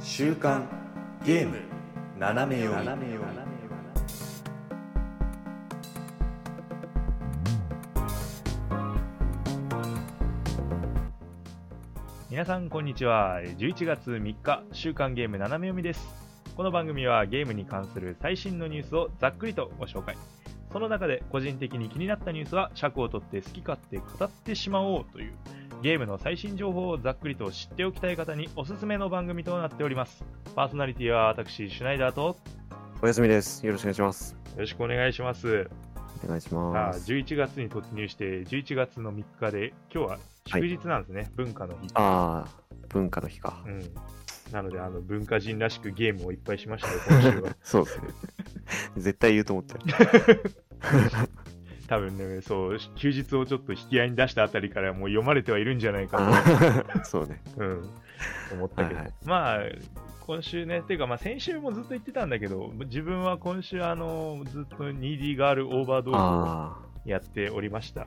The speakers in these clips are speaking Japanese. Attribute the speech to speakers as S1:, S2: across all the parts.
S1: 週刊ゲーム斜め読み
S2: 皆さんこんにちは11月3日週刊ゲーム斜め読みですこの番組はゲームに関する最新のニュースをざっくりとご紹介その中で個人的に気になったニュースは尺を取って好き勝手語ってしまおうというゲームの最新情報をざっくりと知っておきたい方におすすめの番組となっておりますパーソナリティは私シュナイダーとよ
S3: おやすみです。よろしくお願いします。
S2: ろしくお願いします
S3: お願いし
S2: さ
S3: ま
S2: あ
S3: す。
S2: 11月に突入して11月の3日で今日は祝日なんですね、文化の日
S3: ああ、文化の日か
S2: う。ん、なのであの文化人らしくゲームをいっぱいしましたよ今週 は
S3: そう ですね。絶対言うと思ってる。
S2: 多分ねそう休日をちょっと引き合いに出したあたりからもう読まれてはいるんじゃないか
S3: あーそうね。
S2: と、うん、思ったけど、
S3: はいはい
S2: まあ今週ねっていうか、まあ、先週もずっと言ってたんだけど自分は今週あのずっと 2D ガールオーバードーズを
S3: あ
S2: やっておりました
S3: あ、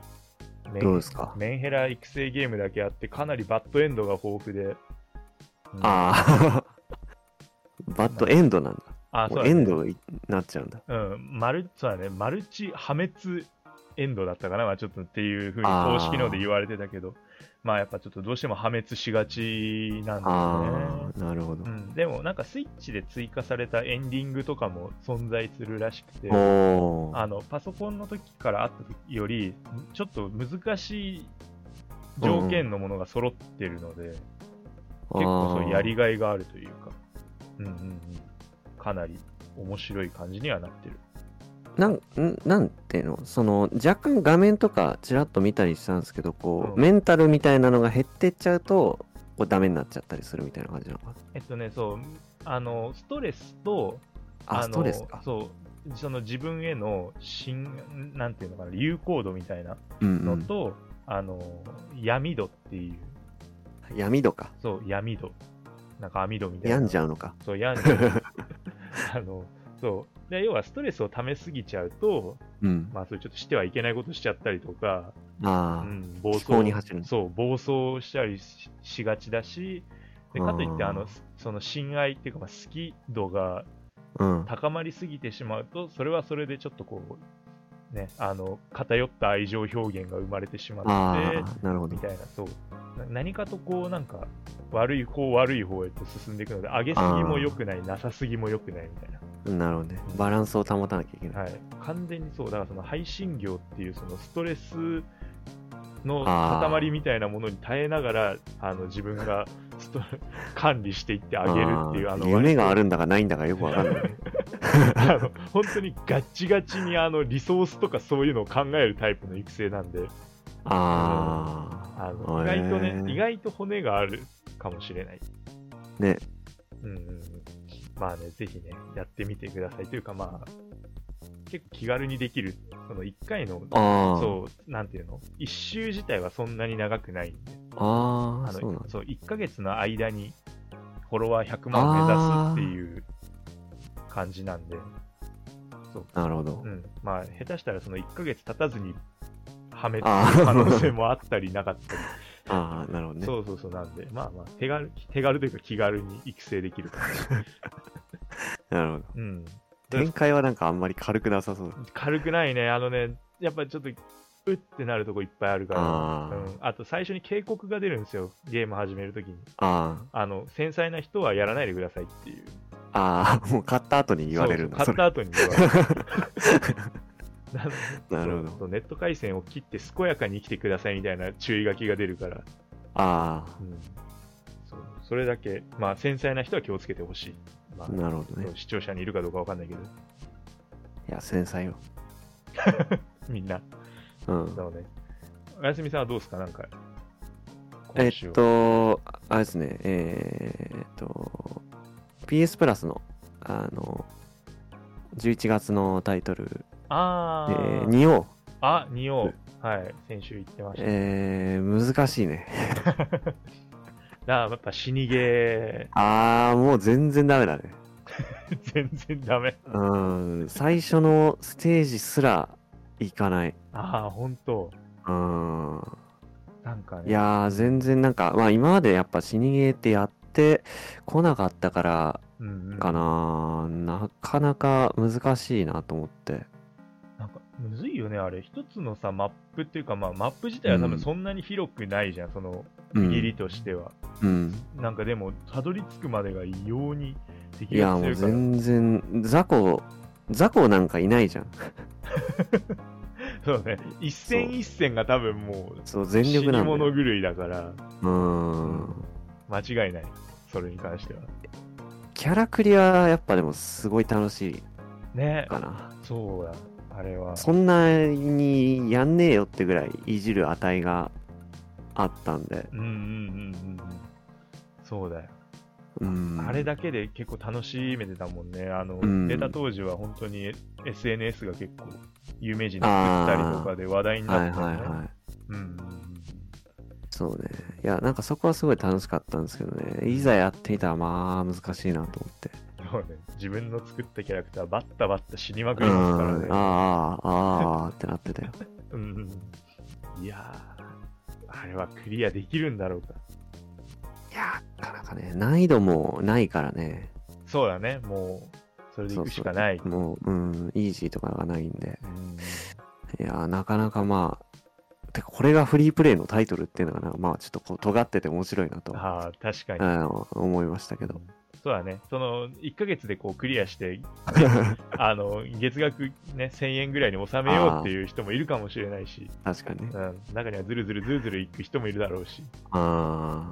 S2: メ
S3: どう
S2: ン
S3: ですか。
S2: メンヘラ育成ゲームだけあってかなりバッドエンドが豊富で、うん
S3: ああ、 バッドエンドなんだ。
S2: あそう
S3: も
S2: だ
S3: う
S2: ね
S3: エンドになっちゃうんだ。
S2: うん、マルそうだね、マルチ破滅エンドだったかな、まあ、ちょっとっていうふうに
S3: あー
S2: 公式ので言われてたけど、まあやっぱちょっとどうしても破滅しがちなん
S3: あ
S2: で
S3: あ、なるほど
S2: すよね。う。ん、でもなんかスイッチで追加されたエンディングとかも存在するらしくて、
S3: おー
S2: あのパソコンの時からあった時より、ちょっと難しい条件のものが揃ってるので、結
S3: あー。
S2: 構そうやりがいがあるというか、うんうんうん、かなり面白い感じにはなってる。
S3: なん、んなんていうのその、若干画面とかちらっと見たりしたんですけど、こ
S2: うん
S3: う、メンタルみたいなのが減ってっちゃうと、こうダメになっちゃったりするみたいな感じなのかな。
S2: えっとね、そう、あの、ストレスと、
S3: あ、
S2: の
S3: ストレスか。
S2: そう、その自分への、しん、なんていうのかな、有効度みたいな
S3: うんう
S2: の
S3: ん。
S2: と、あの、闇度っていう、
S3: 闇度か。
S2: そう、闇度。なんか網戸みたいな。
S3: 病んじゃうのか。
S2: そう、病ん じゃう。あの、そう。で要は、ストレスを溜めすぎちゃうと、
S3: うん。
S2: まあ、そういうちょっとしてはいけないことしちゃったりとか、う
S3: ああ、
S2: ん、暴
S3: 思考に走るんだ
S2: そう、暴走したりししがちだし、でかといって、
S3: あー
S2: あの、その、親愛っていうか、まあ好き度が
S3: うん。
S2: 高まりすぎてしまうと、それはそれでちょっとこう、ね、あの、偏った愛情表現が生まれてしま
S3: あ
S2: って、
S3: あ、なるほど
S2: み。たいな、そう。な何かとこう、なんか、悪い方、悪い方へと進んでいくので、上げすぎも良くない、なさすぎも良くないみたい
S3: なるほどね。バランスを保たなきゃいけ
S2: な。
S3: ない。
S2: はい。完全にそう、だからその配信業っていう、そのストレスの
S3: あー
S2: 塊みたいなものに耐えながら、あの、自分がスト管理していってあげるっていう、
S3: あー
S2: あの、
S3: 夢があ
S2: 割と
S3: るんだかないんだかよくわかんないね。
S2: あの本当にガッチガチにあのリソースとかそういうのを考えるタイプの育成なんであ
S3: あ
S2: の
S3: あ。
S2: 意外とね、
S3: へー
S2: 意外と骨があるかもしれない。
S3: ね。
S2: うんうんうん、まあね、ぜひね、やってみてくださいというか、まあ、結構気軽にできる、その1回の、
S3: ああ。
S2: そう、なんていうの、1周自体はそんなに長くないんで、
S3: あ
S2: あ
S3: あ、
S2: の
S3: そうなんだ。
S2: そう1ヶ月の間にフォロワー100万目指すっていう感じなんで。
S3: なるほど
S2: う。ん、まあ下手したらその1ヶ月経たずにはめて
S3: あ
S2: る
S3: ー
S2: 可能性もあったりなか ったり、
S3: ああ、なるほどね。
S2: そうそうそうなんでまあまあ手軽手軽というか気軽に育成できる 感じ、
S3: なるほど。
S2: うん、
S3: 展開はなんかあんまり軽くなさそうだ。
S2: 軽くないねあのねやっぱちょっとうってなるとこいっぱいあるか
S3: あ
S2: らうん、あと最初に警告が出るんですよゲーム始めるときに
S3: あ、あ
S2: あの繊細な人はやらないでくださいっていう
S3: あ、あ あ、もう買った後に言われるんだ。
S2: そうそう
S3: それ
S2: 買った後に言われる なので
S3: なるほど
S2: そうそうネット回線を切って健やかに生きてくださいみたいな注意書きが出るから
S3: あ
S2: うんそうそれだけ、まあ、繊細な人は気をつけてほしい、まあ
S3: あ、なるほどね。
S2: 視聴者にいるかどうかわかんないけど、
S3: いや、繊細よ。
S2: みんな、
S3: うん
S2: な。ので、おやすみさんはどうですか、なんか、
S3: え
S2: 今週
S3: っ
S2: は、
S3: と、あれですね、えーっと、PS プラスの、あの、11月のタイトル、え
S2: あ
S3: ー、
S2: ー、
S3: 2を、
S2: あ、におう、はい、先週言ってました。
S3: えー、難しいね。
S2: なあやっぱ死にゲ
S3: あー、もう全然ダメだね。
S2: ー、 全然ダメ。
S3: うん、最初のステージすらいかない。
S2: ああ、本当
S3: うん。
S2: なんかね、
S3: いやー、全然なんか、まあ今までやっぱ死にゲーってやってこなかったから
S2: うんうん、
S3: かな、なかなか難しいなと思って。
S2: なんか、むずいよね、あれ。一つのさ、マップっていうか、まあ、マップ自体は多
S3: う
S2: 分
S3: ん
S2: そんなに広くないじゃん、その、
S3: う
S2: 握り
S3: ん。
S2: としては。
S3: うん、
S2: なんかでも、たどり着くまでが異様に
S3: い
S2: 敵
S3: や、
S2: が
S3: も
S2: 強
S3: う
S2: いから、
S3: 全然、雑魚、雑魚なんかいないじゃん。
S2: そうね、一戦一戦が多分もう、
S3: そう、全力なんだ
S2: 死に物
S3: よ。
S2: 狂いだから、
S3: うん。
S2: 間違いない。それに関しては。
S3: キャラクリはやっぱでもすごい楽し
S2: ね
S3: い、かな。
S2: そうだ、あれは。
S3: そんなにやんねえよってぐらいいじる値があったんで、
S2: うんうんうんうんうん。そうだよ。
S3: うん、
S2: あれだけで結構楽しめてたもんね。あの、
S3: うん
S2: 出た当時は本当に SNS が結構有名人作ったりとかで話題に
S3: はい
S2: なったよ
S3: はい
S2: ね。
S3: はい
S2: うんうん
S3: そうねいやなんかそこはすごい楽しかったんですけどねいざやってみたらまあ難しいなと思って
S2: うん。そうね。自分の作ったキャラクターバッタバッタ死にまく
S3: う
S2: り
S3: ん
S2: ますからね。
S3: ああああってなってたよ
S2: うんうん。いやー、あれはクリアできるんだろうか。
S3: いやなかなかね難易度もないからね
S2: そうだね。もう、それでいくしかない。
S3: そうそうもううんイージーとかがないんで
S2: う
S3: い
S2: ん
S3: やなかなかまあてかこれがフリープレイのタイトルっていうのがなんかまあちょっとこう尖ってて面白いなと
S2: ああ、確かに。
S3: あの思いましたけど。
S2: そうだね。その、1ヶ月でこうクリ アして、あの、月額ね、1000円ぐらいに収めようっていう人もいるかもしれないし、
S3: 確かにね
S2: う。ん、中にはずるずるずるずる行く人もいるだろうし、
S3: あ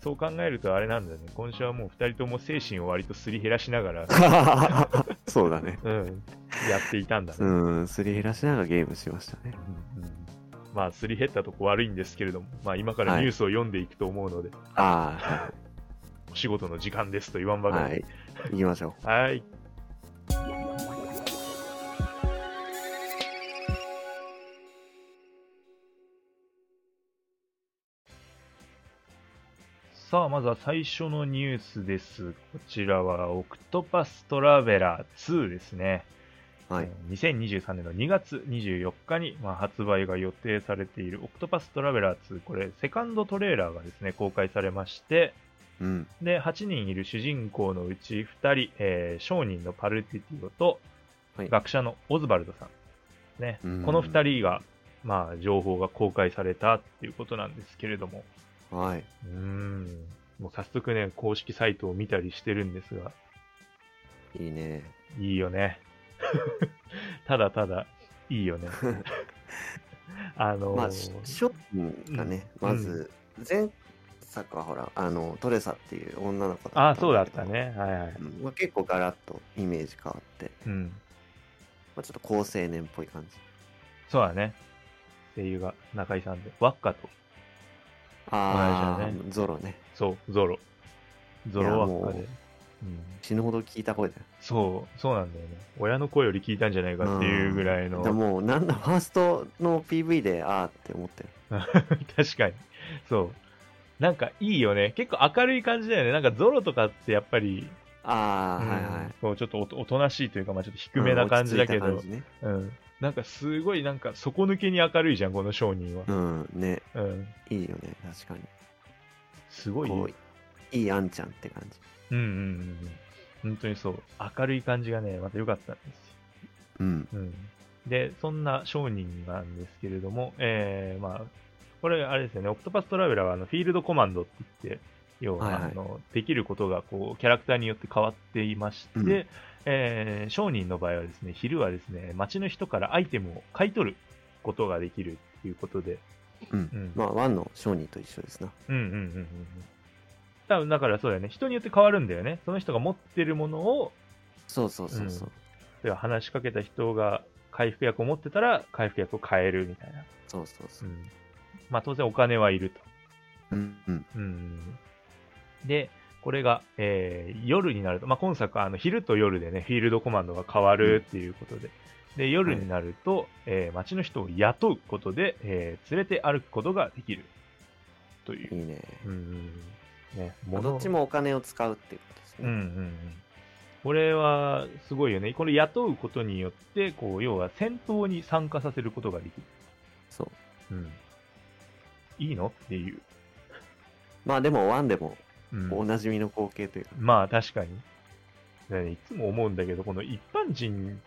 S2: そう考えるとあれなんだよね。今週はもう2人とも精神を割とすり減らしながら、
S3: あ。 そうだね。
S2: うん、やっていたんだね。
S3: うん、すり減らしながらゲームしましたね。
S2: うんまあ、すり減ったとこ悪いんですけれども、まあ、今からニュースを読んでいくと思うので、
S3: あ
S2: お仕事の時間ですと言わん
S3: あ、
S2: ばか
S3: は
S2: り
S3: い。行きましょう。
S2: はい。さあ、まずは最初のニュースです。こちらは、オクトパストラベラー2ですね。
S3: はい。
S2: えー2023年の2月24日に、まあ、発売が予定されているオクトパストラベラー2、これ、セカンドトレーラーがですね、公開されまして、
S3: うん。
S2: で、8人いる主人公のうち2人、えー商人のパルティティオと、
S3: はい
S2: 学者のオズバルドさん。ね、
S3: うん
S2: この2人が、まあ、情報が公開されたっていうことなんですけれども、
S3: はい。
S2: うーん、もう早速ね、公式サイトを見たりしてるんですが、
S3: いいね。
S2: いいよね。 ただただ、い いよね。あのー
S3: まあ、し商品がね、
S2: うん
S3: まず、前作はほら、あの、トレサっていう女の子
S2: あ
S3: んけど
S2: そうだった。ね。はいはい。
S3: うんまあ、結構ガラッとイメージ変わって、
S2: うん。
S3: まあ、ちょっと高青年っぽい感じ。
S2: そうだね。声優が中井さんで、ワッカと、
S3: あ
S2: 同
S3: あ、
S2: じだ
S3: ゾロね。
S2: そう、ゾロ。ゾロワッカ
S3: い
S2: で
S3: やもう。
S2: うん
S3: 死ぬほど聞いた声だよ。
S2: そう、そうなんだよね。親の声より聞いたんじゃないかっていうぐらいの。
S3: でもうなんだファーストの PV であーって思ってる
S2: 確かに。そう。なんかいいよね。結構明るい感じだよね。なんかゾロとかってやっぱり、
S3: ああ、
S2: うん
S3: はいはい
S2: こうちょっとおとおとなしいというか、まあちょっと低めな感じだけど、
S3: うん落ち着いた感
S2: うん。なんかすごいなんか底抜けに明るいじゃん、この商人は
S3: じ。ねうんね
S2: うん。
S3: いいよね確かに
S2: すごい。
S3: こ
S2: う
S3: ういいあんちゃんって感じ
S2: んうんうんうん。本当にそう。明るい感じがね、また良かったんですよ。
S3: うん
S2: うん、で、そんな商人なんですけれども、えーまあ、これ、あれですよね、オクトパストラベラーはあのフィールドコマンドって言って、要は、
S3: はいはい
S2: あのできることがこうキャラクターによって変わっていまして、
S3: うん
S2: えー商人の場合はですね、昼はですね、街の人からアイテムを買い取ることができるっていうことで、
S3: うん、
S2: うん
S3: まあワンの商人と一緒ですな
S2: うんうんうんうんうん。多分だからそうだよね、人によって変わるんだよね。その人が持ってるものを、
S3: そうそうそうそう、
S2: 例えば話しかけた人が回復薬を持ってたら、回復薬を買えるみたいな。、
S3: そうそうそううん
S2: まあ当然お金はいると。
S3: うんうん
S2: うん、で、これが、えー夜になると、まあ今作はあの昼と夜でね、フィールドコマンドが変わるっていうことで、で夜になると、えー街の人を雇うことで、えー連れて歩くことができるとい。
S3: いういね
S2: うんね、
S3: まあ
S2: 物
S3: どっちもお金を使うっていうことです
S2: うんう
S3: ね、
S2: んうん、これはすごいよね、これ雇うことによってこう、要は戦闘に参加させることができる。
S3: そう
S2: うん、いいのっていう。
S3: まあでも1でも
S2: うん
S3: おなじみの光景というか、
S2: まあ確かに。だねいつも思うんだけど、この一般人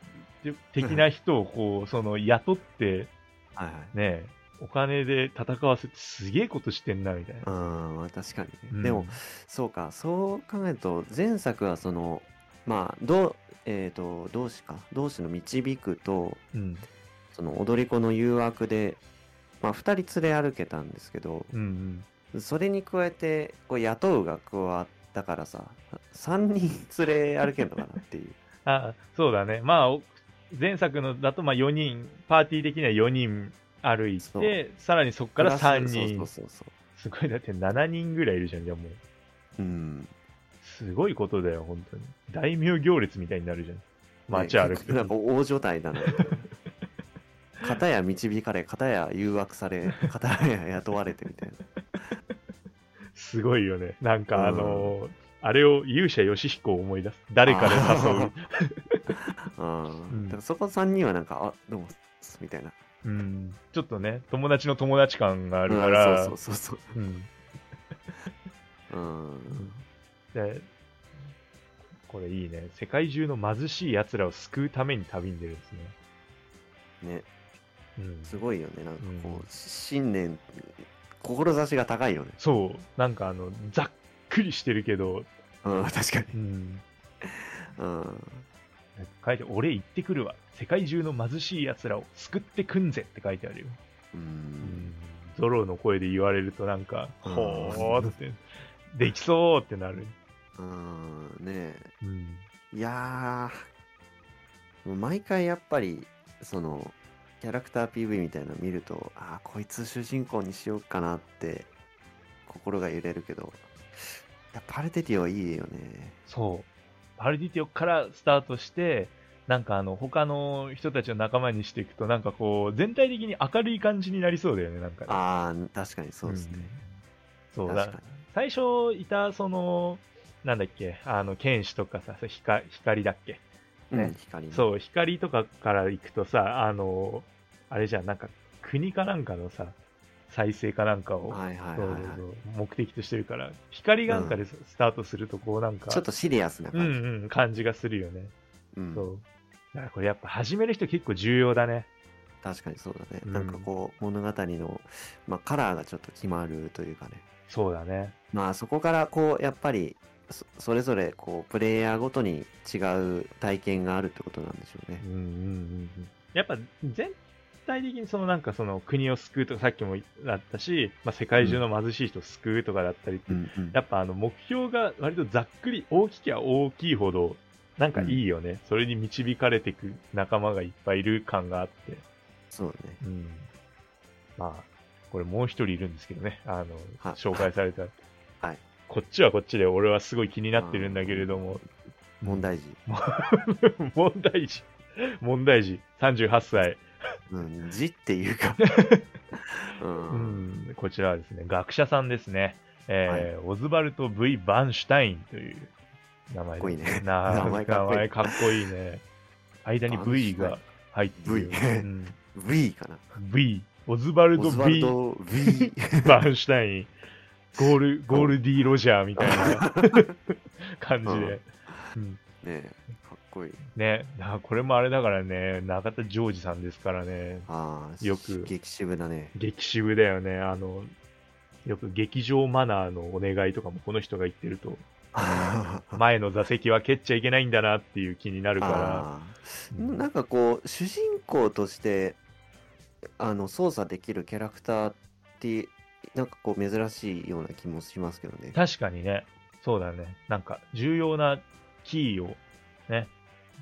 S2: 的な人をこう、その雇って、
S3: はいはい
S2: ね、お金で戦わせてすげえことしてんな、みたいな。
S3: うんまあ確かにね、
S2: うん
S3: でも、そうかそう考えると前作はそのまあどうえっ、と同志か同志の導くと
S2: うん。
S3: その踊り子の誘惑でまあ2人連れ歩けたんですけど
S2: うんうん。
S3: それに加えてこう雇うが加わったからさ3人連れ歩けんのかなっていう
S2: あ、そうだね。まあ、お前作のだと、まあ4人、パーティー的には4人歩い
S3: そ
S2: て
S3: う、
S2: さらにそこ から3
S3: そう
S2: 人。
S3: そうそうそ
S2: すごい、だって7人ぐらいいるじゃん、じゃあも
S3: うう
S2: う。
S3: ん
S2: すごいことだよ、本当に。大名行列みたいになるじゃん。街歩く
S3: ねなんか
S2: と。
S3: 大所帯だ な片や導かれ片や誘惑され片や雇われてみたいな
S2: すごいよね。なんかあのーあれを勇者ヨシヒコを思い出す。 誰か で誘う。
S3: あー
S2: うん
S3: だからそこ3人はなんか、あ、どうも、みたいな。
S2: うん、ちょっとね、友達の友達感があ
S3: あ
S2: るから、
S3: そうそうそう
S2: うん
S3: そう。うん。
S2: でこれいいね。世界中の貧しい奴らを救うために旅に出るんですね。
S3: ね、
S2: うん、
S3: すごいよね。なんかこう、
S2: うん
S3: 信念、志が高いよね。
S2: そう、なんかあの、ざっくりしてるけど、
S3: うん、確かに。
S2: うん、
S3: うん。
S2: 書いて、俺行ってくるわ。世界中の貧しい奴らを救ってくんぜって書いてあるよ。
S3: う
S2: うんん、ゾロの声で言われるとなんか、
S3: うん
S2: ほーって、できそうってなる。
S3: うん、ね
S2: うん、
S3: えいやー、もう毎回やっぱり、その、キャラクター PV みたいなの見ると、ああ、こいつ主人公にしようかなって、心が揺れるけど、やっぱパルテティはいいよね。
S2: そう。パルディティオからスタートして、なんかあの、他の人たちを仲間にしていくと、なんかこう、全体的に明るい感じになりそうだよね、なんかね、
S3: ああ、確かにそうですね。
S2: んそう
S3: 確
S2: だ
S3: か。
S2: 最初いた、その、なんだっけ、あの、剣士とかさ、そう光光だっけ。
S3: に。
S2: ね
S3: うん、光の。
S2: そう、光とかから行くとさ、あの、あれじゃん、なんか、国かなんかのさ、再生かなんかを、
S3: はいはいはい、
S2: そう
S3: は
S2: そう
S3: い
S2: そう目的としてるから、光なんかでススタートすると、こうなんか、
S3: ちょっとシリアスな
S2: うん
S3: 感
S2: うん、感じがするよね。
S3: じ。うん
S2: そう。だからこれやっぱ始める人結構重要だね。
S3: 確かにそうだね。
S2: うん
S3: なんかこう、物語の、まあ、カラーがちょっと決まるというかね。
S2: そうだね。
S3: まあそこからこう、やっぱりそ、それぞれこう、プレイヤーごとに違う体験があるってことなんでしょうね
S2: うん。うんうんうん。やっぱ全体的にそのなんかその国を救うとかさっきもだったし、まあ、世界中の貧しい人を救うとかだったりって、
S3: うんうん
S2: やっぱあの目標が割とざっくり大ききゃ大きいほどなんかいいよね。それに導かれていく仲間がいっぱいいる感があって。
S3: そうね。
S2: うん。まあ、これもう一人いるんですけどね。あの、
S3: はい
S2: 紹介された。
S3: はい。
S2: こっちはこっちで俺はすごい気になってるんだけれども、
S3: 問題児。
S2: 問題児。問題児。38歳。
S3: うん、字っていう か。うん。
S2: うん。こちらはですね、学者さんですね。えーオズバルト・ V ・バンシュタインという名
S3: かっ
S2: 前
S3: こいいね
S2: な名
S3: 名
S2: 前
S3: 前
S2: か
S3: か
S2: っ
S3: っ
S2: こ
S3: こいい
S2: いい。ね。間に V が入って
S3: バ
S2: る。
S3: ンシュタイン V
S2: うん
S3: V かな。
S2: V。オズバル
S3: オ
S2: ト
S3: ズワル
S2: V ・
S3: ド V。
S2: バーンシュタイン、ゴール、ゴールディ・ロジャーみたいな感じで。うん
S3: ねかっこいい。
S2: ね、あこれもあれだからね、中田ジョージさんですからね、
S3: ああ、
S2: よく
S3: 激渋だ ね。
S2: 激渋だよね、あの、よく劇場マナーのお願いとかもこの人が言ってると、 前の座席は蹴っちゃいけないんだなっていう気になるか
S3: あ
S2: ら、
S3: ー
S2: うん
S3: なんかこう主人公としてあの操作できるキャラクターってなんかこう珍しいような気もしますけどね。
S2: 確かにね、そうだね、なんか重要なキーを、ね、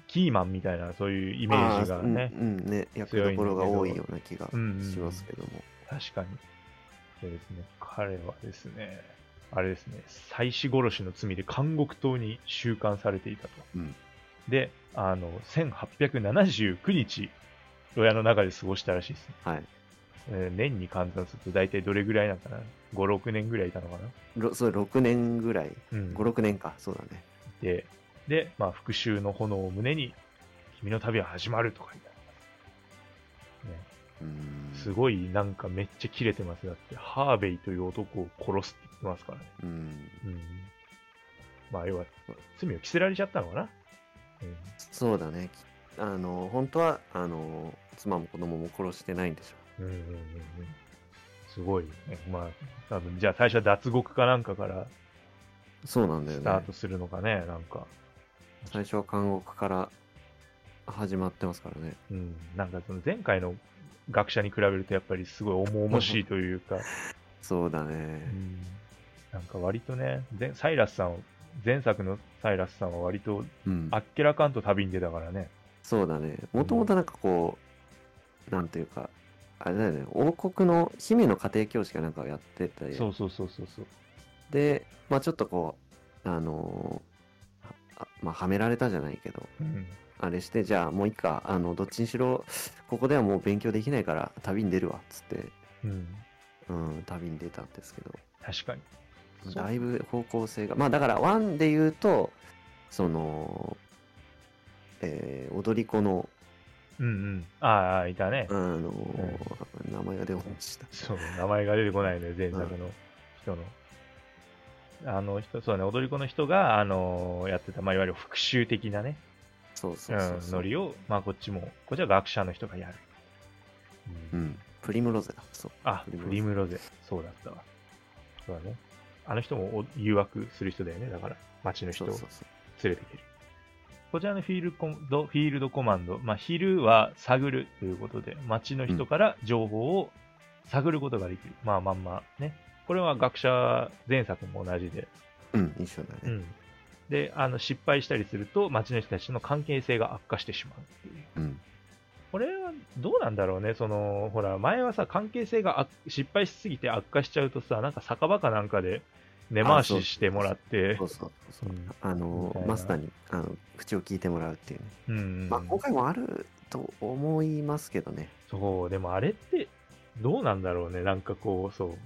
S2: キーマンみたいな、そういうイメージがね、
S3: あーうんうんね役
S2: 強いんだけ
S3: ど
S2: ど
S3: ころが多いような気が
S2: うんうん
S3: しますけども。
S2: 確かに。でですね、彼はですね、あれですね、妻子殺しの罪で監獄島に収監されていたと。
S3: うん
S2: で、あの、1879日、牢屋の中で過ごしたらしいですね。
S3: はい
S2: えー年に換算すると大体どれぐらいなのかな ?5、6年ぐらいいたのかな
S3: ろそう6年ぐらい
S2: うん。
S3: 56年かそうだね。
S2: で、で、まあ、復讐の炎を胸に、君の旅は始まるとか言いながらね
S3: うん
S2: すごいなんかめっちゃ切れてますよだってハーベイという男を殺すって言ってますからね
S3: うん
S2: うんまあ要は罪を着せられちゃったのかなうん
S3: そうだねきあの本当はあの妻も子供も殺してないんでしょ
S2: うんうんうんうんすごいよね。まあ、多分じゃあ最初は脱獄かなんかから
S3: うそうなんだよ
S2: スター
S3: ね
S2: トするのかね、なんか。
S3: 最初は監獄から始まってますからね
S2: うん、なんかその前回の学者に比べるとやっぱりすごい重々しいというか、
S3: そうだ
S2: う
S3: ね
S2: ん、なんか割とね、前サイラスさんを、前作のサイラスさんは割と
S3: うん
S2: あっけらかんと旅に出たからね。
S3: そうだねもともとなんかこうなんていうかあれだよね王国の姫の家庭教師がなんかをやってたり
S2: そうそうそうそうそう。
S3: でまあちょっとこうあのーはあまあはめられたじゃないけど
S2: うん、
S3: あれしてじゃあもういいかあのどっちにしろここではもう勉強できないから旅に出るわっつって、
S2: うん、
S3: うん、旅に出たんですけど
S2: 確かに。そう
S3: だいぶ方向性がまあだからワンで言うとそのえー踊り子の
S2: うんうん。ああ、いたね
S3: あ。のー名前が出ました
S2: そう、名前が出てこないのよ、前作の人の。あの人、そうね、踊り子の人が、あのやってた、まあ、いわゆる復讐的なね、
S3: そうそううんそうそう
S2: ノリを、まあ、こっちも、こっちは学者の人がやる。
S3: う
S2: うん
S3: ん、プリムロゼだそう
S2: あ、
S3: プリムロゼ
S2: プリムロゼ。そうだったわ。そうだね。あの人もお誘惑する人だよね、だから、街の人
S3: そ
S2: を
S3: うそう
S2: 連
S3: そう
S2: れてくる。こちらのフィールコンドフィールドコマンド、まあ、昼は探るということで、街の人から情報を探ることができる。まあまんまね。これは学者前作も同じで。
S3: うん一緒だ
S2: う
S3: ね
S2: ん。で、あの、失敗したりすると、街の人たちとの関係性が悪化してしまうっていう。
S3: うん
S2: これはどうなんだろうね、そのほら前はさ、関係性が悪失敗しすぎて悪化しちゃうとさ、なんか酒場かなんかで根回
S3: あそう
S2: ししてもらって
S3: そ、うそうそう
S2: うん
S3: あ
S2: み
S3: の
S2: たいな
S3: マスターにあの口を聞いてもらうっていうね
S2: うんうん
S3: まあ今回もあると思いますけどね
S2: そう、でもあれってどうなんだろうね、なんかこう、そう、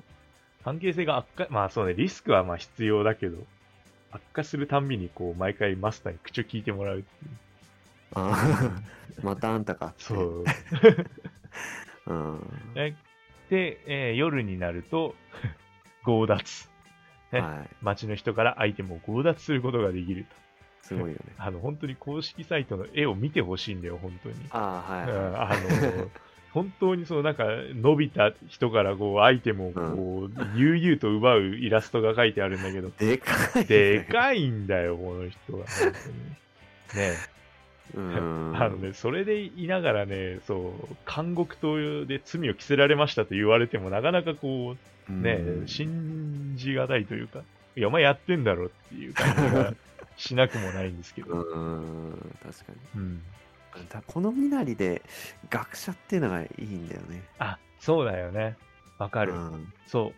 S2: 関係性が悪化、まあそうね、リスクはまあ必要だけど、悪化するたんびにこう毎回マスターに口を聞いて もらうっていう
S3: あー またあんたかって
S2: そう。
S3: うん、
S2: えで、えー夜になると、強奪。ね
S3: はい
S2: 街の人からアイテムを強奪することができると。
S3: すごいよね
S2: あの、本当に公式サイトの絵を見てほしいんだよ、本当に。
S3: あ
S2: う
S3: あはい
S2: んあの、本当にそのなんか、伸びた人からこう、アイテムをこう、悠々と奪うイラストが書いてあるんだ けど、
S3: でかいね
S2: でかいんだよ、この人が。本当にね
S3: うん
S2: あのね、それでいながらね、そう、監獄とで罪を着せられましたと言われても、なかなかこう、ね、
S3: うん
S2: 信じがたいというか、いや、お前やってんだろっていう感じがしなくもないんですけ
S3: う
S2: ど。
S3: ん確かに
S2: うん
S3: だこの身なりで学者っていうのがいいんだよね
S2: あ、そうだよね。わかる
S3: う。ん
S2: そ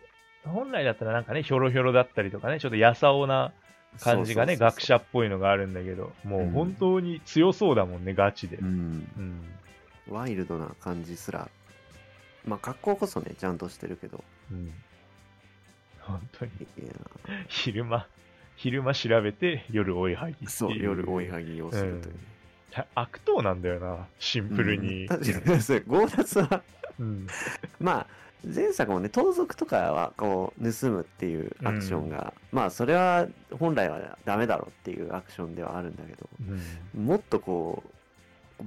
S2: う。本来だったらなんかね、ひょろひょろだったりとかね、ちょっとやさおな感じがね、
S3: そうそうそうそう
S2: 学者っぽいのがあるんだけど、もう本当に強そうだもんね、ガチで。う。
S3: うんんワイルドな感じすら、まあ格好こそね、ちゃんとしてるけど、
S2: うん。本当に、
S3: いや
S2: 昼間、昼間調べて、夜追いはぎってい
S3: そう、夜追いはぎをするという。
S2: 悪党なんだよな、シンプルに。
S3: うん確かに、そう強奪は、
S2: うん。
S3: まあ、前作もね、盗賊とかは、こう、盗むっていうアクションが、まあ、それは本来はダメだろうっていうアクションではあるんだけど、
S2: うん
S3: もっとこう、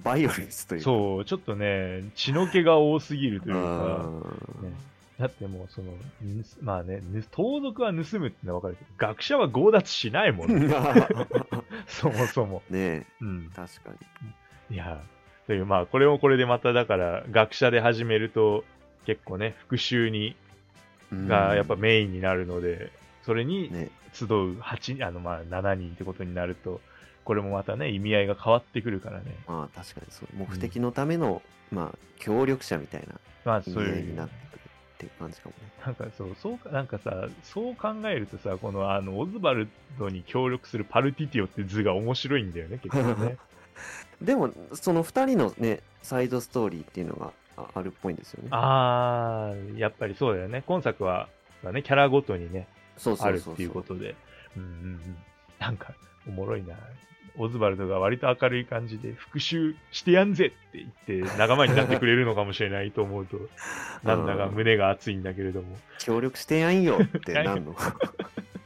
S3: バイオレンスというか、
S2: そう、ちょっとね、血の気が多すぎるという
S3: う
S2: か。
S3: ん
S2: ねだってもうその、ぬすまあね、ぬ盗賊は盗むってのは分かるけど、学者は強奪しないもんね、 そもそも。
S3: ねえ、
S2: うん。
S3: 確かに。
S2: いや、という、まあ、これもこれでまた、だから、学者で始めると、結構ね、復讐に、
S3: うん
S2: がやっぱメインになるので、それに
S3: ね、
S2: 集う8、あの、まあ、7人ってことになると、これもまたね、意味合いが変わってくるからね。
S3: まあ確かにそう目的のための、まあ協力者みたいな
S2: まあ、
S3: 意
S2: そう
S3: 味合い
S2: い
S3: に
S2: う
S3: なっ、てくるっていう感じかもね。
S2: なんかそう、そうか、なんかさ、そう考えるとさ、この、あの、オズバルドに協力するパルティティオって図が面白いんだよね、結構 ね。
S3: でもその2人のねサイドストーリーっていうのがああるっぽいんですよね。
S2: あー、やっぱりそうだよね。今作は、まあね、キャラごとにね、
S3: そうそ
S2: あ
S3: う
S2: る
S3: そうそう
S2: っていうことで。うんうんうん。なんか、おもろいな。オズバルドが割と明るい感じで、復讐してやんぜって言って、仲間になってくれるのかもしれない と思うと、なんだか胸が熱いんだけれども。
S3: 協力してやんよ ってなんの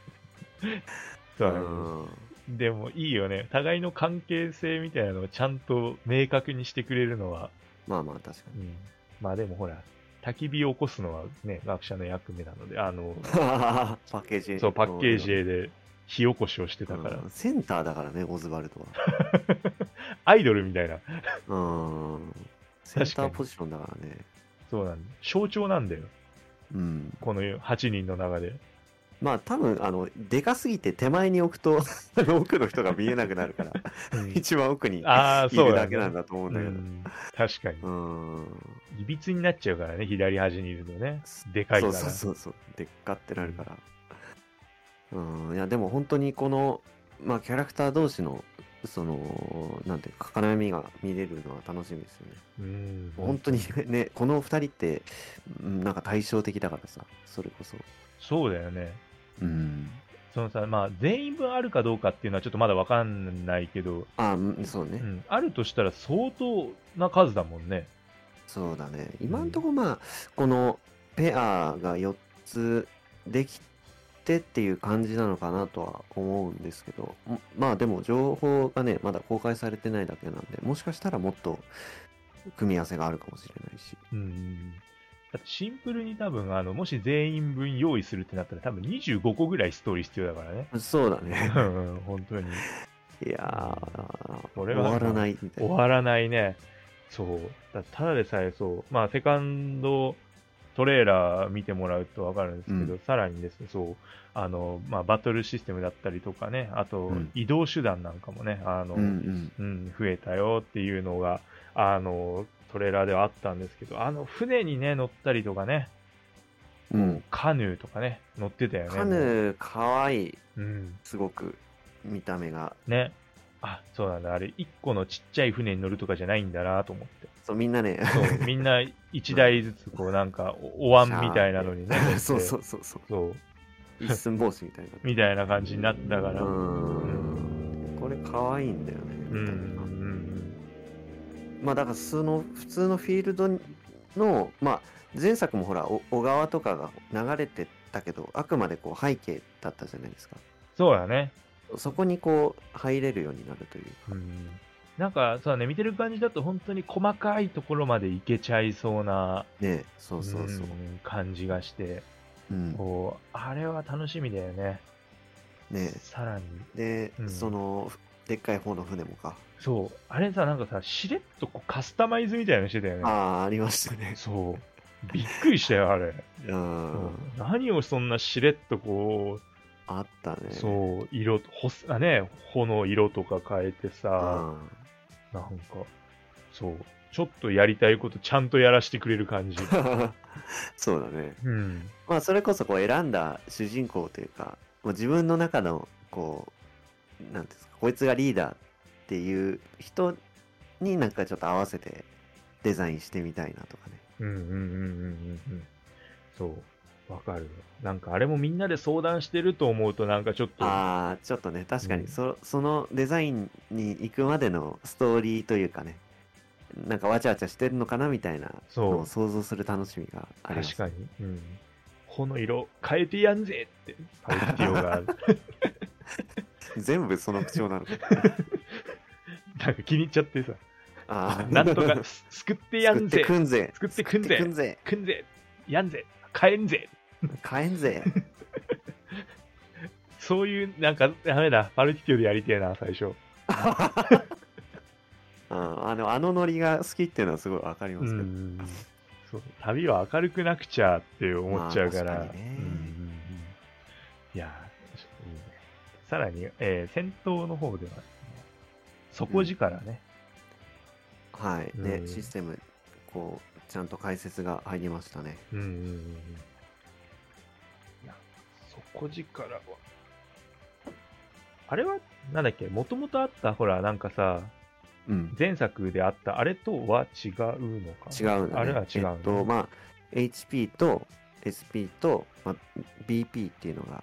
S2: そうなんですでもいいよね。互いの関係性みたいなのをちゃんと明確にしてくれるのは、
S3: まあまあ確か
S2: うん、まあでもほら、焚き火を起こすのはね、学者の役目なので、あの、
S3: に パッケージ
S2: そう、パッケージ絵で火起こしをしてたから
S3: う、んセンターだからねオズバルドは
S2: アイドルみたいな、
S3: うんセンターポジションだからね
S2: そうなん象徴なんだよ。
S3: うん
S2: この8人の中で。
S3: まあ多分あのでかすぎて手前に置くと あの奥の人が見えなくなるから 一番奥にいる
S2: ああ、そう
S3: だけ
S2: ね
S3: なんだと思うんだけ
S2: う
S3: ど
S2: ん確かに。
S3: うん
S2: いびつになっちゃうからね、左端にいるとね。でかいか
S3: そうそ
S2: ら。
S3: うそうそうでっかってなるからうんいやでも本当にこのまあキャラクター同士のそのなんていうか絡みが見れるのは楽しみですよね
S2: うん
S3: 本当にね この2人ってうんなんか対照的だからさそれこそ
S2: そうだよね。
S3: うん
S2: そのさ、まあ、全員分あるかどうかっていうのはちょっとまだわかんないけど、
S3: あうんそうね、
S2: うんあるとしたら相当な数だもんね。
S3: そうだね今んとこまあこのペアが4つできてっていう感じなのかなとは思うんですけどんまあでも情報がねまだ公開されてないだけなんでもしかしたらもっと組み合わせがあるかもしれないし
S2: うんだってシンプルに多分あの、もし全員分用意するってなったら、多分25個ぐらいストーリー必要だからね。
S3: そうだね
S2: うんうん本当に。
S3: いやー
S2: こ
S3: 終
S2: れは
S3: わらないみたい
S2: 終
S3: な
S2: わらないね。そう。だただでさえそう。まあ、セカンドトレーラー見てもらうとわかるんですけど、
S3: うん
S2: さらにですね、そう、あの、まあ、バトルシステムだったりとかね、あと
S3: うん、
S2: 移動手段なんかもね、あの、
S3: うんうん
S2: うん、増えたよっていうのが、あの、トレーラーではあったんですけど、あの、船にね、乗ったりとかね、
S3: うん
S2: カヌーとかね、乗ってたよね。
S3: カヌーかわいい
S2: うん。
S3: すごく見た目が
S2: ね。あ、そうなんだ。あれ、一個のちっちゃい船に乗るとかじゃないんだなと思って。
S3: そうみんな ね。
S2: そう、みんな一台ずつ、こう、なんか、おお椀みたいなのにね。
S3: そうそううそうそう
S2: そう、
S3: 一寸法師みたいな
S2: みたいな感じになったから。
S3: う
S2: うん。
S3: んこれ可愛いんだよね、
S2: うん。う
S3: みたいなんまあだからその普通のフィールドの、まあ、前作もほらお小川とかが流れてたけどあくまでこう背景だったじゃないですか
S2: そうだね。
S3: そこにこう入れるようになるという
S2: う
S3: か、
S2: ん。なんか、そうだね、見てる感じだと、本当に細かいところまでいけちゃいそうな、
S3: ねそうそうそう、
S2: ん感じがして、
S3: うん
S2: こう、あれは楽しみだよね。
S3: ね
S2: さらに。
S3: で、
S2: うん
S3: そのでっかい方の船もか、
S2: そう、あれさ、なんかさ、しれっとこうカスタマイズみたいなのしてたよ
S3: あ
S2: ね。
S3: あありましたね
S2: そう。びっくりしたよ、あれ。
S3: うん
S2: 何をそんなしれっとこ
S3: あったね
S2: う、そう、色、ほすあね、穂の色とか変えて
S3: う
S2: さ、
S3: ん
S2: なんか、そう、ちょっとやりたいことちゃんとやらしてくれる感じ。
S3: そうだね
S2: うん。
S3: まあそれこそこう選んだ主人公というかもう自分の中のこうなんていうんですかこいつがリーダーっていう人になんかちょっと合わせてデザインしてみたいなとかね
S2: うんうんうんうんうんうん。そう、わかるよ。なんかあれもみんなで相談してると思うとなんかちょっと、
S3: ああちょっとね確か
S2: うん
S3: にそ,、そのデザインに行くまでのストーリーというかねなんかわちゃわちゃしてるのかなみたいなの
S2: そ
S3: を想像する楽しみが
S2: う、
S3: あります
S2: 確かに。うん。穂の色変えてやんぜって、パルティオが、
S3: 全部その口調なのか
S2: なんか気に入っちゃってさ、
S3: あー
S2: なんとかす救ってや
S3: 作
S2: ん
S3: って
S2: ぜ
S3: くんぜ
S2: 作ってくんぜ
S3: 作ってくんぜ
S2: くんぜやんぜ帰んぜ
S3: 買えんぜ
S2: そういう、なんか、ダメだ。パルティキューでやりてえな、最初。
S3: うんあの あのノリが好きっていうのはすごいわかりますけど、
S2: そう旅は明るくなくちゃって思っちゃうから。
S3: まあ確かにね
S2: うんうんうんいやー、ちょっといいね。さらに、えー戦闘の方ではですね、底力ね。
S3: はい、ね
S2: うん
S3: システムこうちゃんと解説が入りましたね
S2: うんうんうんうん。いや底力は。あれは、なんだっけ、もともとあった、ほら、なんかさ、
S3: うん
S2: 前作であったあれとは違うのか。
S3: 違うんだ、ね、
S2: あれは違うね
S3: えっとまあ HP と SP と、まあ、BP っていうのが、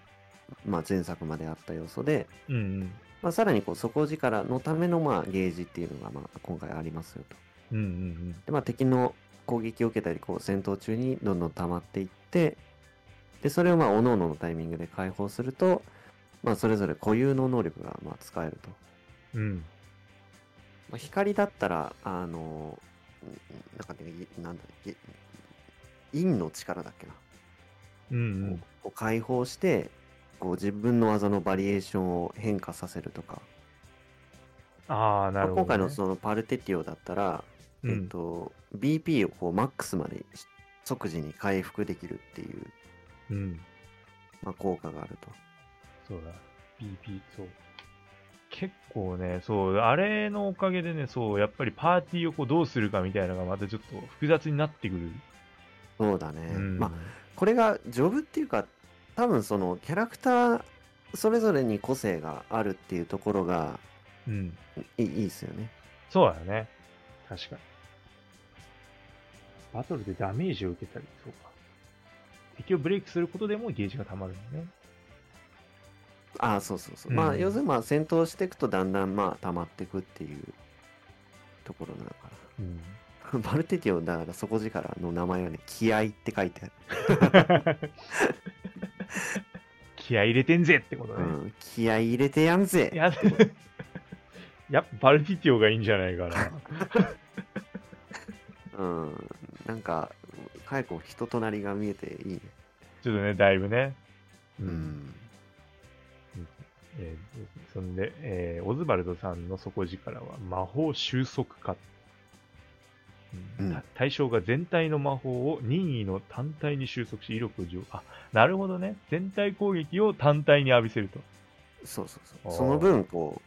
S3: まあ、前作まであった要素で
S2: うんうん。
S3: まあ、さらにこう底力のためのまあゲージっていうのがまあ今回ありますよと。
S2: うんうん
S3: で、まあ、敵の攻撃を受けたりこう戦闘中にどんどん溜まっていってでそれをまあ各々のタイミングで解放すると、まあ、それぞれ固有の能力がまあ使えると。
S2: うん。うん。
S3: まあ、光だったらあのんなんかねいなんだい陰の力だっけな、
S2: うん
S3: をを解放してこう自分の技のバリエーションを変化させるとか、
S2: ああ、な
S3: まあ
S2: るほど、ね。
S3: 今回のそのパルテティオだったら、
S2: うん、
S3: えっと、BP をこうマックスまでし即時に回復できるっていう、
S2: うん。
S3: まあ、効果があると。
S2: そうだ。BP、そう。結構ね、そう、あれのおかげでね、そう、やっぱりパーティーをこうどうするかみたいなのがまたちょっと複雑になってくる。
S3: そうだね。
S2: うん
S3: まあ、これがジョブっていうか、多分そのキャラクターそれぞれに個性があるっていうところが
S2: うん。
S3: いいいですよね。
S2: そうだよね。確かに。バトルでダメージを受けたり、そうか。敵をブレイクすることでもゲージが溜まるのね。
S3: ああ、そうそうそう。
S2: うん
S3: まあ、要するにまあ戦闘していくとだんだんまあ溜まっていくっていうところなのか
S2: うん。
S3: な。バルテティオだから底力の名前はね、気合って書いてある。
S2: 気合入れてんぜってことね。
S3: うん、気合入れてやんぜ
S2: いや、やっぱバルティティオがいいんじゃないかな。
S3: うん、なんか、かえこ人となりが見えていいね。
S2: ちょっとね、だいぶね。う。
S3: うんん。
S2: えーそんで、えーオズバルドさんの底力は魔法収束化。うん
S3: うん
S2: た対象が全体の魔法を任意の単体に収束し威力を上あなるほどね全体攻撃を単体に浴びせると
S3: そうそうそ
S2: あー
S3: う。その分、こ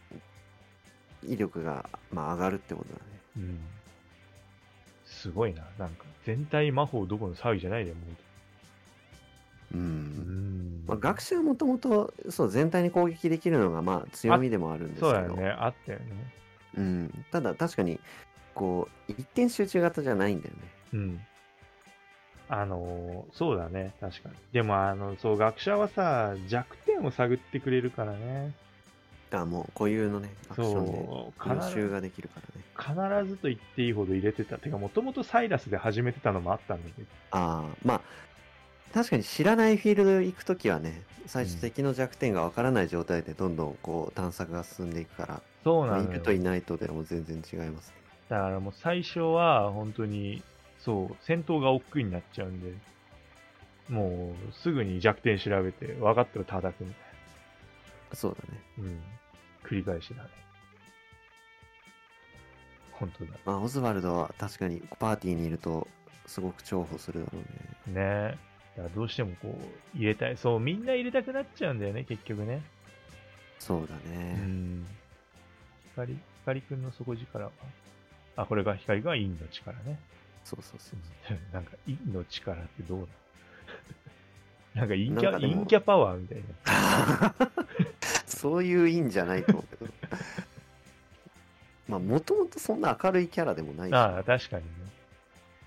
S3: う、威力が、まあ、上がるってことだね。
S2: うんすごいななんか全体魔法どこの騒ぎじゃないでも
S3: う。
S2: ううんん
S3: まあ、学習はもともと、そう、全体に攻撃できるのが、まあ、強みでもあるんですけ
S2: そ
S3: ど。
S2: うだよねあったよね
S3: うん。ただ、確かに、こう、一点集中型じゃないんだよね。
S2: うん。あのーそうだね、確かに。でも、あの、そう、学者はさ、弱点を探ってくれるからね。
S3: あ、もう、固有のね、アクションで、
S2: そう、
S3: 予
S2: 必
S3: 習
S2: ず
S3: ができるからね。
S2: 必ずと言っていいほど入れてた。てか、もともとサイラスで始めてたのもあったんだけど。
S3: ああ、まあ、確かに知らないフィールド行くときはね、最初敵の弱点がわからない状態でどんどんこう探索が進んでいくから、
S2: そう
S3: まあ
S2: な
S3: い
S2: んだ
S3: る
S2: よ。
S3: といないとでも全然違いますね。
S2: だからもう最初は、本当に、そう、戦闘が億劫になっちゃうんで、もう、すぐに弱点調べて、分かったら叩くみたい
S3: そうだね。
S2: な。うん。繰り返しだね。本当だ。
S3: まあ、オズワルドは確かにパーティーにいるとすごく重宝するだろうね。
S2: ねだからどうしてもこう入れたいそうみんな入れたくなっちゃうんだよね結局ね
S3: そうだ
S2: う
S3: ね。
S2: ん光光くんの底力はあこれが光が陰の力ね
S3: そうそうそう。
S2: なんか陰の 力ってどうなのなんか陰キ
S3: な
S2: ャ
S3: んかでも
S2: 陰キャパワーみたいな
S3: そういう意味じゃないと思うけど。 まあ、もともとそんな明るいキャラでもないし、
S2: ああ確かにね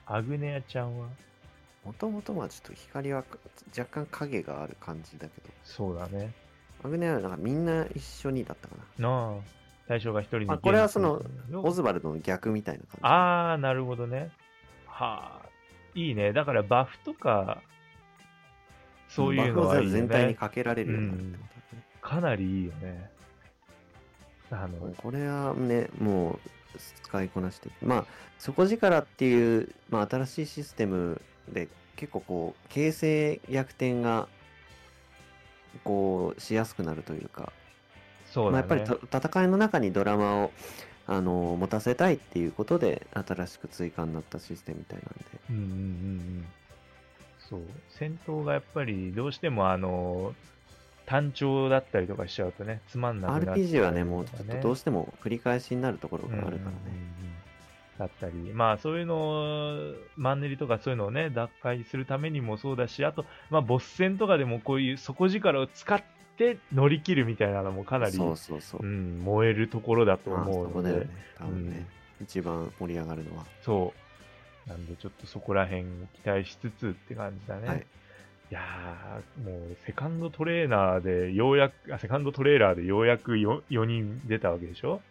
S2: アグネアちゃんは
S3: もともとまあちょっと光は若干影がある感じだけど。
S2: そうだね
S3: アグネアはなんかみんな一緒にだったか
S2: なあ対象が一人の
S3: あこれはそのな。オ
S2: オズ
S3: ズバルドの逆みたいな感じ。
S2: ああなるほどねはあいいねだからバフとかそういうのはい
S3: 爆風
S2: いよね
S3: 全体にかけられるようになるってことだね
S2: かなりいいよね。あの、
S3: これはね、もう使いこなして。まあ、底力っていう、まあ、新しいシステムで結構こう、形勢逆転が、こう、しやすくなるというか、
S2: そう
S3: まあ、
S2: だ
S3: やっぱり
S2: ね。
S3: と戦いの中にドラマを、あの持たせたいっていうことで新しく追加になったシステムみたいなんで
S2: うんうんうんうん。そう。戦闘がやっぱりどうしてもあの、単調だったりとかしちゃうとね、つまんなくなっちゃう、
S3: RPG はね、もうちょっとどうしても繰り返しになるところがあるからね。
S2: うんうんうんうんだったり、まあそういうのを、マンネリとかそういうのをね、脱会するためにもそうだし、あと、まあボス戦とかでもこういう底力を使って乗り切るみたいなのもかなり、
S3: そうそうそうう。
S2: ん、燃えるところだと
S3: まあ
S2: 思う
S3: そこ
S2: の
S3: だ
S2: で、
S3: よね。多分ね、一番盛り上がるのは。
S2: そう。なんで、ちょっとそこら辺を期待しつつって感じだね。
S3: はい
S2: いやーもうセカンドトレーナーでようやく、あセカンドトレーラーでようやく 4, 4人出たわけでしょ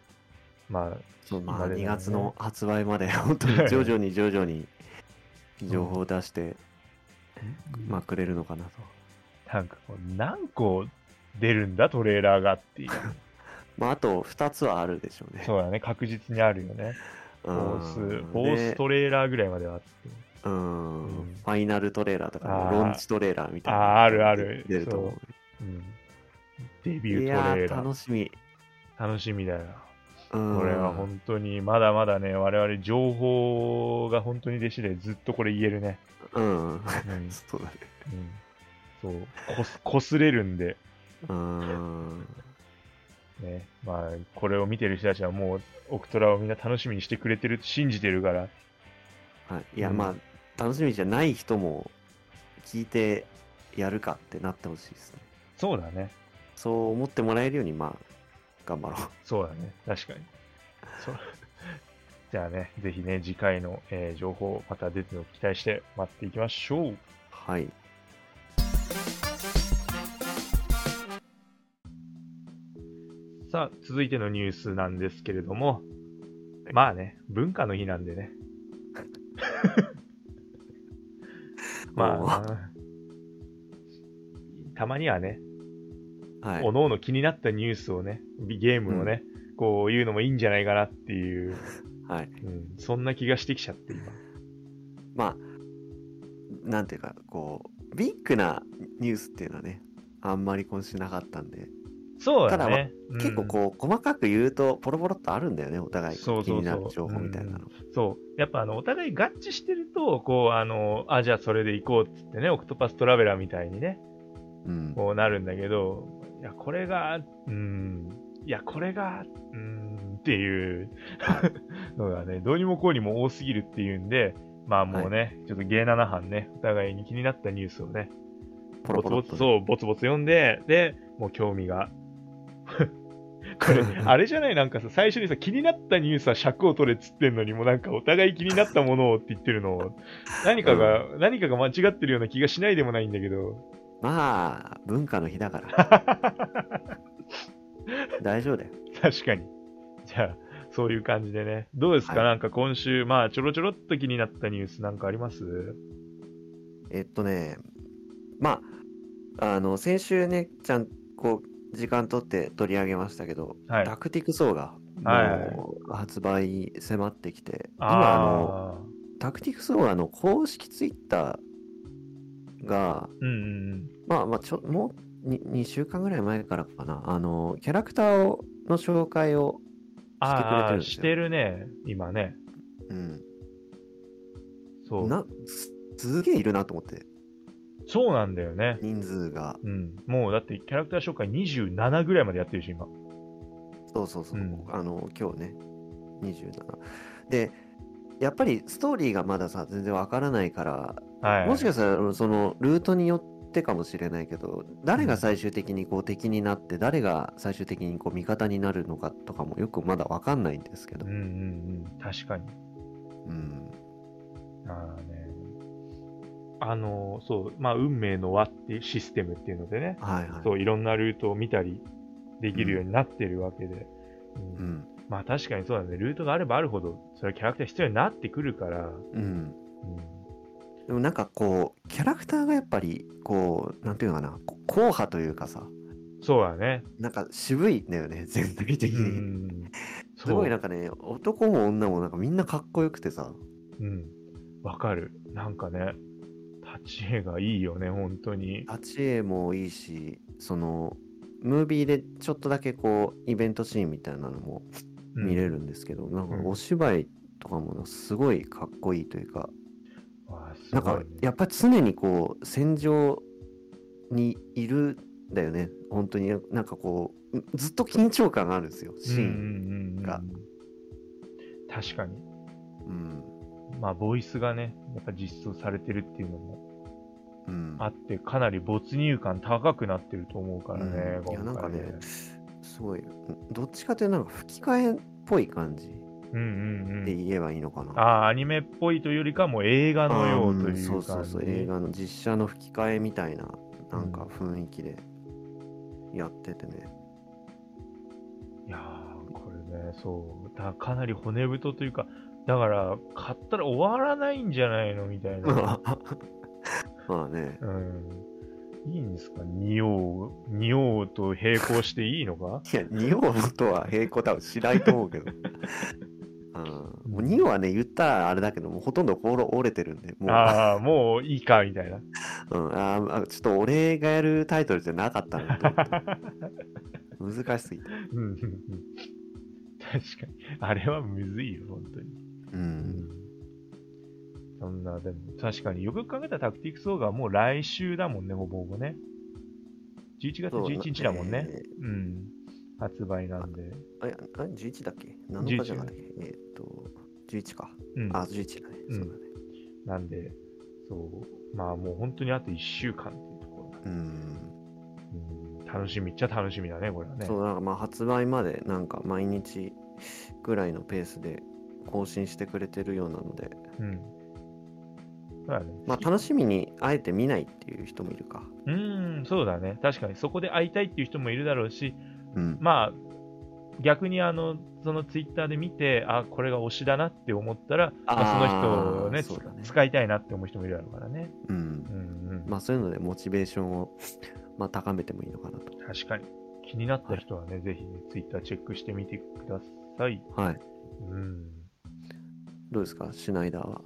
S2: ま
S3: そうま
S2: 今
S3: あ、
S2: でもね
S3: 2月の発売まで 本当に徐々に徐々に情報を出して、
S2: あ、
S3: まあ、くれるのかなと。
S2: なんかこう何個出るんだトレーラーがっていう。
S3: まあ、あと2つはあるでしょうね。
S2: そうだね、確実にあるよね。
S3: う
S2: ホ
S3: ん
S2: ース、ホース
S3: で
S2: トレーラーぐらいまではあって。
S3: うん
S2: うん
S3: ファイナルトレーラーとかね、
S2: あー
S3: ローンチトレーラーみたいな。
S2: あーあるある
S3: 出ると思
S2: うん、デ
S3: う。
S2: ビュ
S3: い
S2: ート
S3: やー、
S2: レーラー。
S3: 楽しみ。
S2: 楽しみだよ。
S3: こ
S2: これは本当に、まだまだね、我々情報が本当に弟子でずっとこれ言えるね。
S3: うん。
S2: うん、うん
S3: そうだね。
S2: そう、こす、こすれるんで、
S3: うん。
S2: ね。まあ、これを見てる人たちはもう、オクトラをみんな楽しみにしてくれてる、信じてるから。
S3: はい、いや、
S2: うん
S3: まあ、楽しみじゃない人も聞いてやるかってなってほしいですね。
S2: そうだね。
S3: そう思ってもらえるように、まあ、頑張ろ
S2: そうだね。確かに。そう。 じゃあね、ぜひね、次回の、えー情報、また出てるのを期待して待っていきましょう。
S3: う。はい。
S2: さあ、続いてのニュースなんですけれども、まあね、文化の日なん でね。まあ、たまにはね、
S3: はい
S2: お。のおの気になったニュースをね、ゲームをね、こういうのもいいんじゃないかなっていう、
S3: はい。
S2: うん、そんな気がしてきちゃって、今。
S3: まあ、なんていうか、こう、ビッグなニュースっていうのはね、あんまり今週なかったんで、
S2: そうだ
S3: ただまあ
S2: ね。うん
S3: 結構こう、細かく言うと、ポロポロっとあるんだよね、お互い。
S2: そう
S3: 気
S2: そうそう
S3: になる情報みたいなの。
S2: そう。やっぱあの、お互い合致してると、こう、あの、あ、じゃあそれで行こうっつってね、オクトパストラベラーみたいにね、
S3: うん。
S2: こうなるんだけど、いや、これが、うーん、いや、これが、うーんっていう のがね、どうにもこうにも多すぎるっていうんで、まあもうね、ちょっと芸7班ね、お互いに気になったニュースをね、
S3: ポロポ
S2: ボツ
S3: ロ
S2: ボ
S3: っ
S2: ツ、
S3: とね。
S2: そう、ボツボツ読んで、で、もう興味が。こ れ、あれじゃないなんかさ、最初にさ、気になったニュースは尺を取れっつってんのに、もうなんかお互い気になったものをって言ってる のを、何かが、何かが間違ってるような気がしないでもないんだけど、
S3: まあ、文化の日だから。大丈夫だよ。
S2: 確かに。じゃあ、そういう感じでね。どうですか、
S3: はい
S2: なんか今週、まあ、ちょろちょろっと気になったニュースなんかあります
S3: えっとね、まあ、あの、先週ね、ちゃん、こう、時間取って取り上げましたけど、
S2: はい。
S3: ダクティクソーが、
S2: はい
S3: もう発売迫ってきて、今あの、
S2: ああ。
S3: ダクティクソーはあの、公式ツイッターが、
S2: うんうんうん。
S3: まあまあ、ちょ、もうに 2, 週間ぐらい前からかな、あの、キャラクターを、の紹介を、
S2: ああ、し
S3: してて
S2: るね、今ね。
S3: うん、
S2: そう。
S3: な、すすげえいるなと思って、
S2: そうなんだよね。
S3: 人数が。
S2: うん。もう、だって、キャラクター紹介27ぐらいまでやってるし、今。
S3: そうそうそう、
S2: うん
S3: あの今日ね27でやっぱりストーリーがまださ全然わからないから、
S2: はい。
S3: もしかしたらそのルートによってかもしれないけど誰が最終的にこう敵になって誰が最終的にこう味方になるのかとかもよくまだわかんないんですけど
S2: うんう、んうん。確かに。
S3: うん
S2: ああね。あの、そう、まあ、運命の輪っていうシステムっていうのでね。
S3: はいはい
S2: そういろんなルートを見たりできるようになってるわけで、うん
S3: うん
S2: まあ確かにそうだねルートがあればあるほどそれはキャラクター必要になってくるから、うん
S3: うん、でもなんかこうキャラクターがやっぱりこうなんていうのかなこう硬派というかさ
S2: そうだね、
S3: なんか渋いんだよね 全体的
S2: う
S3: に。
S2: ん、
S3: すごいな
S2: な
S3: んかね、男も女もなんかみんなかっこよくてさ、
S2: うんわかるなんかね立ち絵がいいよね本当に
S3: 立ち絵もいいし、その、ムービーでちょっとだけこう、イベントシーンみたいなのも
S2: うん
S3: 見れるんですけど、なんかお芝居とかもすごいかっこいいというか、
S2: わあす
S3: なん
S2: ごい
S3: か
S2: ね
S3: やっぱり常にこう、戦場にいるんだよね、本当になんかこう、うずっと緊張感があるんですよ、シーン。
S2: ン
S3: が
S2: 確かに
S3: うん。
S2: まあボイスがねやっぱ実装されてるっていうのも
S3: うん。
S2: あってかなり没入感高くなってると思うからね、
S3: うんいや、
S2: 今
S3: なんか
S2: 回
S3: ね、すごい、どっちかというとなんか吹き替えっぽい感じ。
S2: うんうんう
S3: て
S2: ん。
S3: 言えばいいのかな。
S2: ああー、アニメっぽいというよりかはもう映画のようという感じ。
S3: そうそうそう映画の実写の吹き替えみたいななんか雰囲気でやっててね、
S2: いやーこれね、そう。だかなり骨太というか、だから、買ったら終わらないんじゃないのみた いな。
S3: まあね
S2: うん。いいんですか仁王、仁王と並行していいのか
S3: いや仁王とは並行多分しないと思うけどうんもう仁王はね言ったらあれだけどもうほとんど心折れてるんでもう
S2: ああ、もういいか、みたいな。
S3: うん、あーあちょっと俺がやるタイトルじゃなかったなと思って難しすぎて
S2: うんうんうん確かに。あれはむずいよ、本当に。
S3: うん
S2: そんな、でも、確かによく考えたらタクティクスオーガはもう来週だもんね、ほぼほぼね。11月
S3: そう
S2: 11日だもんね。
S3: え
S2: うん。発売なんで。
S3: ーあれあれ11だっけ7日じゃないえーっと11か
S2: うん。
S3: あ11だね、
S2: うん
S3: そうだね
S2: なんで、そう、まあもう本当にあと1週間っていうところなんで
S3: うん
S2: うん、楽しみっちゃ楽しみだね、これはね。
S3: そうなんかまあ発売までなんか毎日ぐらいのペースで更新してくれてるようなので、
S2: うん。そうだね。
S3: まあ、楽しみにあえて見ないっていう人もいるか。
S2: うーん、そうだね。確かにそこで会いたいっていう人もいるだろうし、
S3: うん、
S2: まあ、逆にあの、そのツイッターで見て、あ、これが推しだなって思ったら、まあ
S3: あー
S2: その人をね
S3: そうだね
S2: 使いたいなって思う人もいるだろうからね。
S3: うん
S2: うんうん。
S3: まあ、そういうのでモチベーションを まあ高めてもいいのかなと。
S2: 確かに。気になった人はね、ぜひね、ツイッターチェックしてみてください。
S3: はい、
S2: うん。
S3: どうですか、シュナイダーは。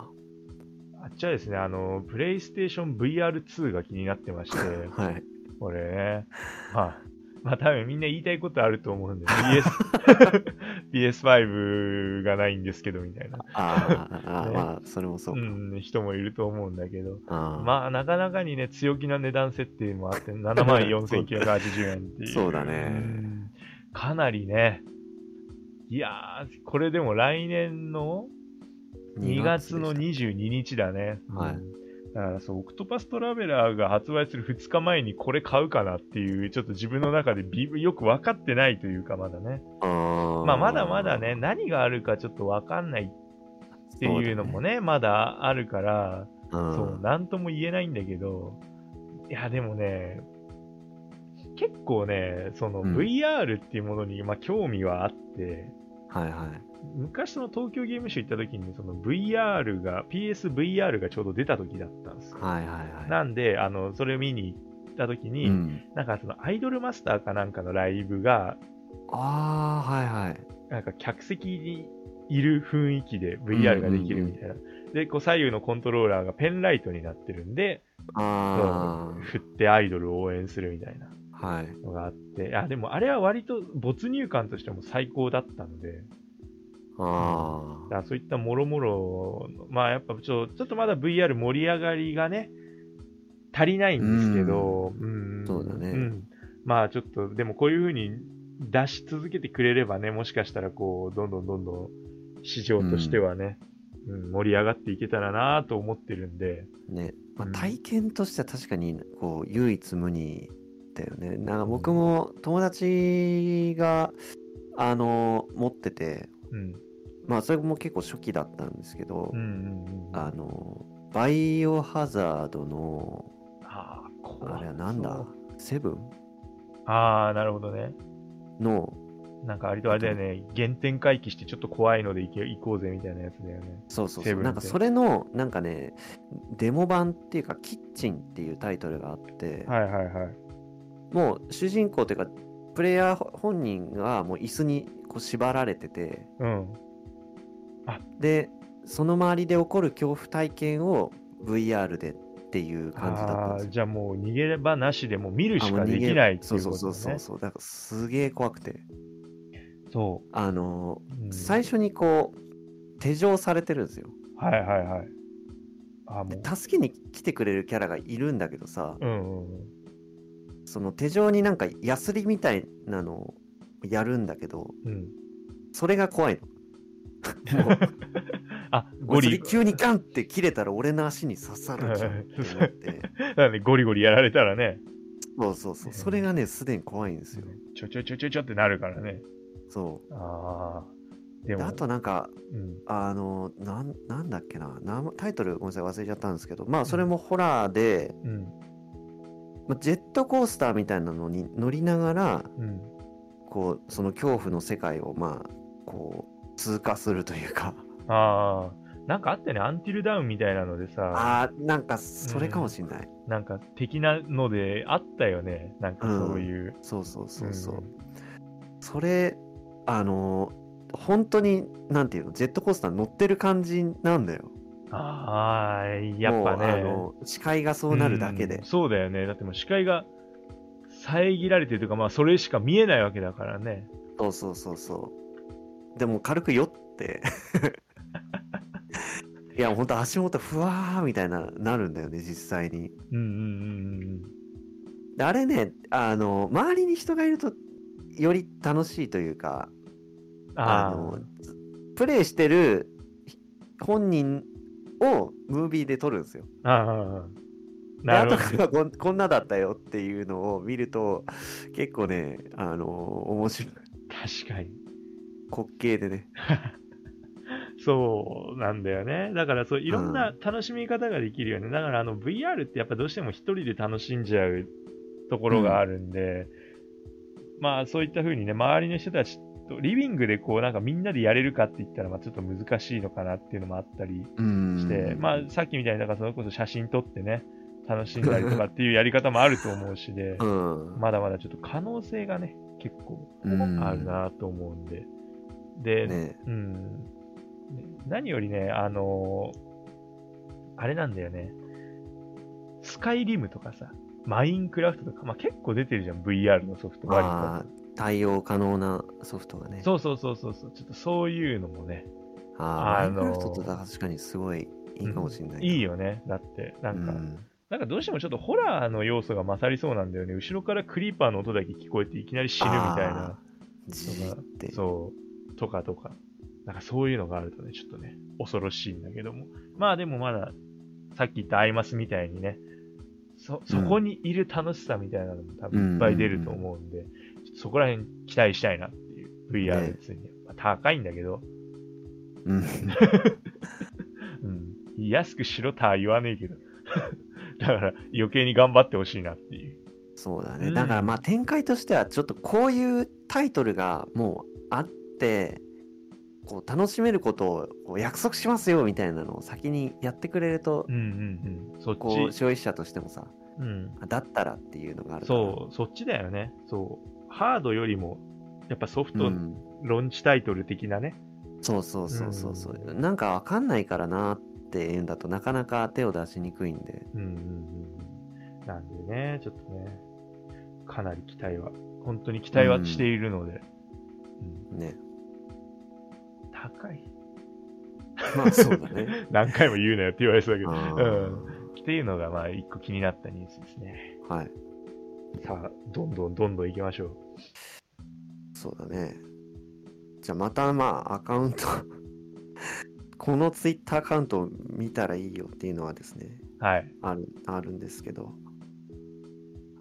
S2: あっちはですね、あの、プレイステーション VR2 が気になってま して、
S3: はい、
S2: これね、まあ、まあ多分みんな言いたいことあると思 うんで、PS、PS5 がないんですけど、みたいな、
S3: あーあー、
S2: ね
S3: まあ、それもそう
S2: う
S3: か。
S2: ん、人もいると思うんだけど、
S3: あー
S2: まあなかなかにね、強気な値段設定もあって、7万4980円っていう。
S3: そうだね
S2: んかなりね、いやー、これでも来年の2月の
S3: でし
S2: 22日だね。
S3: はい
S2: だからそう、オクトパストラベラーが発売する2日前にこれ買うかなっていう、ちょっと自分の中でビよく分かってないというか、まだね。
S3: た、あ
S2: まあ、まだまだね、
S3: っ
S2: 何があるかちょっと分かんないっていうのもね、まだあるから、
S3: うん
S2: そう、なんとも言えないんだけど、いや、でもね、結構ね、その
S3: うん
S2: VR っていうものに、まあ、興味はあって、
S3: はいはい。
S2: 昔その東京ゲームショウ行った時にその VR が PSVR がちょうど出た時だったんですよ
S3: はいはいは
S2: なんであのそれを見に行った時
S3: い。
S2: に、
S3: うん、
S2: なんかそのアイドルマスターかなんかのライブが
S3: ああ、はいはい。
S2: なんか客席にいる雰囲気で VR ができるみたいな、でこう左右のコントローラーがペンライトになってるんで
S3: あ
S2: 振ってアイドルを応援するみたいな
S3: あ、はい。
S2: のがあってあでもあれは割と没入感としても最高だったので
S3: あ
S2: だ
S3: あ、
S2: からそういったもろもろ、まあやっぱちょちょっとまだ VR 盛り上がりがね、足りないんですけど、うん
S3: そうだね
S2: んまあちょっと、でもこういうふうに出し続けてくれればね、もしかしたらこう、どんどんどんどん市場としてはね、うん盛り上がっていけたらなと思ってるんで、
S3: ね。まあ、
S2: うん
S3: 体験としては確かにこう唯一無二だよね。なんか僕も友達があの持ってて、
S2: うん。
S3: まあそれも結構初期だったんですけど
S2: う、んうんうん、
S3: あのバイオハザードの
S2: あー怖
S3: あれはなんだ
S2: そう
S3: セブン
S2: あー、なるほどね。
S3: の
S2: なんか割とあれだよね、原点回帰してちょっと怖いので行け行こうぜみたいなやつだよね。
S3: そうそう
S2: セ
S3: そ
S2: ブ
S3: う
S2: ン
S3: なんか
S2: で
S3: それのなんかねデモ版っていうかキッチンっていうタイトルがあって、
S2: はいはいはい。
S3: もう主人公というかプレイヤー本人がもう椅子にこう縛られてて
S2: うん。
S3: でその周りで起こる恐怖体験を VR でっていう感じだったん
S2: あ
S3: です
S2: ー
S3: よ。
S2: じゃあもう逃げればなしでもう見る
S3: あ
S2: し
S3: もう
S2: か
S3: 逃
S2: で
S3: げ
S2: きないって
S3: そ
S2: いうう
S3: そ
S2: こ
S3: う
S2: と
S3: そう
S2: ですね
S3: そう。そうだからすげえ怖くて
S2: そ
S3: あの
S2: う。うん
S3: ー最初にこう手錠されてるんですよ
S2: はいはいはい。あも
S3: で
S2: う。
S3: 助けに来てくれるキャラがいるんだけどさ
S2: うんうんうん。
S3: その手錠になんかヤスリみたいなのをやるんだけど
S2: うん、
S3: それが怖いのもう
S2: あゴ
S3: ゴリ
S2: リ
S3: 急にガンって切れたら俺の足に刺さるじゃんって思って
S2: なんでゴリゴリやられたらね、
S3: そうそうそうそれがねすでに怖いんですよ
S2: ちょちょちょちょちょってなるからね。
S3: そ
S2: ああ。でも、
S3: あとなんか、
S2: うん、
S3: あの、なん、なんだっけな、名前タイトルごめんなさい、忘れちゃったんですけど、まあ、それもホラーで、
S2: うん、
S3: まあジェットコースターみたいなのに乗りながら、
S2: うん。
S3: こう、その恐怖の世界を、まあ、こう、通過するというか、
S2: ああ、なんかあったよね、アンティルダウンみたいなのでさ、
S3: ああ、なんか、それかもしんない。
S2: なんか的なのであったよね、なんかそういう。
S3: そうそうそうそう。
S2: うん
S3: それ、あの、本当に、なんていうの、ジェットコースター乗ってる感じなんだよ。
S2: ああ、やっぱ
S3: も
S2: ね。
S3: うあの、視界がそうなるだけで
S2: ん。そうだよね。だってもう視界が遮られてるというか、まあそれしか見えないわけだからね。
S3: そうそうそうそう。でも軽く酔 って。いや、ほんと足元ふわーみたいな、なるんだよね、実際に。
S2: うんうんうん
S3: であれね、あの、周りに人がいると、より楽しいというか、
S2: うん。ああ。
S3: の、プレイしてる本人をムービーで撮るんですよ。
S2: ああ。
S3: で
S2: なる
S3: 後か
S2: ほ
S3: らこんこんなだったよっていうのを見ると、結構ね、あの、面白い。
S2: ど。確かに。
S3: 滑稽でね。
S2: そうなんだよね。だからそういろんな
S3: う
S2: 楽しみ方ができるよね。だからあの VR ってやっぱどうしても一人で楽しんじゃうところがあるんで、まあそういった風にね、周りの人たちとリビングでこうなんかみんなでやれるかって言ったらまあちょっと難しいのかなっていうのもあったり
S3: うん
S2: して、まあさっきみたいにだからそれこそ写真撮ってね、楽しんだりとかっていうやり方もあると思うしで、
S3: うん。
S2: まだまだちょっと可能性がね、結構
S3: うん
S2: あるなと思うんで。で、
S3: ね
S2: うん、ね何よりね、あのーあれなんだよね、スカイリムとかさ、マインクラフトとか、まあ、結構出てるじゃん、VR のソフト、割
S3: ああー対応可能なソフトがね。
S2: と。そうそうそうそうそう、ちょっとそういうのもね、
S3: ああ、
S2: あのー
S3: マインクラフトと確かにすごいいいかもしれない。
S2: いいよね、だって、な
S3: うんん。
S2: か、なんかどうしてもちょっとホラーの要素が勝りそうなんだよね、後ろからクリーパーの音だけ聞こえて、いきなり死ぬみたいな
S3: あ、ー。じーって。
S2: そう、とかとか、なんかそういうのがあるとね、ちょっとね、恐ろしいんだけども。まあでもまだ、さっき言ったアイマスみたいにね、そ、そこにいる楽しさみたいなのも多分いっぱい出ると思うんで、ちょっとそこら辺期待したいなっていう。VR
S3: ね
S2: 別に、まあ高いんだけど、
S3: うん
S2: うん。安くしろとは言わねえけど。 だから余計に頑張ってほしいなっていう。
S3: そうだ
S2: う
S3: ね。
S2: ん
S3: だからまあ展開としては、ちょっとこういうタイトルがもうあって、こう楽しめることをこう約束しますよみたいなのを先にやってくれると
S2: う、んうんうん。そっ
S3: こう
S2: ち。
S3: 消費者としてもさ、
S2: うん。
S3: あだったらっていうのがあるから。
S2: そう、そっちだよね。そう。ハードよりも、やっぱソフ
S3: う
S2: ト
S3: ん
S2: ロンチタイトル的なね。
S3: そうそうそうそうそう、なんかわかんないからなっていうんだとなかなか手を出しにくいんで
S2: うんうんうんうん。なんでね、ちょっとね、かなり期待は、本当に期待はしているので。うん
S3: ね
S2: 高い。
S3: まあそうだね
S2: 何回も言うなよって言われそうだけ
S3: あ
S2: ど。
S3: ー
S2: うん。っていうのが、まあ、一個気になったニュースですね。
S3: はい
S2: さあ、どんどんどんどん行きましょう。
S3: そうだねじゃあまたまあアカウント このツイッターアカウントを見たらいいよっていうのはですね
S2: はい。
S3: あるあるんですけど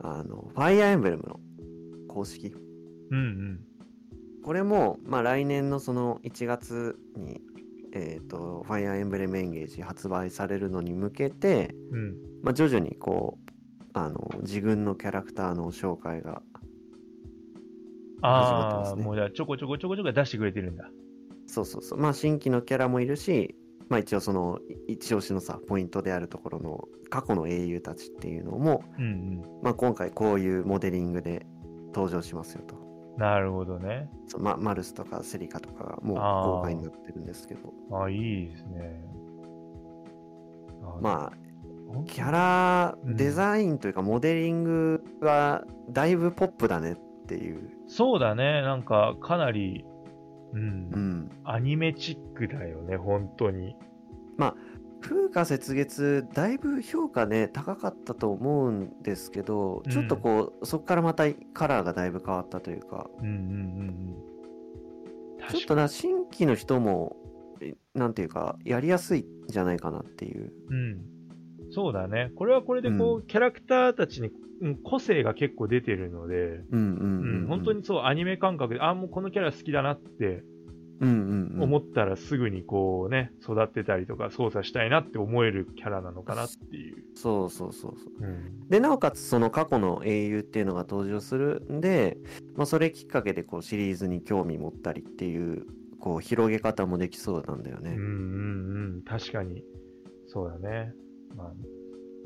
S3: あのファイアーエンブレムの公式
S2: うん
S3: これも、まあ、来年のその1月に、えっとファイアーエンブレムエンゲージ発売されるのに向けて、
S2: うん。うん。
S3: まあ、徐々にこうあの自分のキャラクターの紹介が始まってま
S2: ああ、
S3: すね
S2: もうじゃあ、ちょこちょこちょこちょこ出してくれてるんだ。
S3: そうそうそうまあ新規のキャラもいるし、まあ、一応そのい一押しのさポイントであるところの過去の英雄たちっていうのも、
S2: うん
S3: まあ、今回こういうモデリングで登場しますよと
S2: うん。なるほどね。
S3: そう、ま、マルスとかセリカとかがもう
S2: あー
S3: 公開になってるんですけど
S2: あ、いいですね。
S3: まあ
S2: あ
S3: キャラ
S2: うん
S3: デザインというかモデリングはだいぶポップだねっていう、
S2: そうだね、なんかかなり、うん、
S3: うん、
S2: アニメチックだよね、本当に。
S3: 風花雪月だいぶ評価ね高かったと思うんですけど、
S2: うん
S3: ちょっとこうそこからまたカラーがだいぶ変わったというか
S2: うんうんうんうん。
S3: ちょっ
S2: 確か
S3: とな新規の人もえなんていうかやりやすいんじゃないかなっていう
S2: うん。そうだね、これはこれでこう、
S3: う
S2: キャラクターたちに、うん、個性が結構出てるので、
S3: うんうん
S2: う
S3: うんん、
S2: 本当にそう、アニメ感覚で、あ、もうこのキャラ好きだなって
S3: うんうん、うん。
S2: 思ったらすぐにこうね、育てたりとか操作したいなって思えるキャラなのかなっていう。
S3: そうそうそうそう。
S2: うん。
S3: で、なおかつその過去の英雄っていうのが登場するんで、まあ、それきっかけでこうシリーズに興味持ったりっていう、こう広げ方もできそうなんだよ
S2: うん
S3: ね
S2: う。んうん。確かに。そうだね。まあ、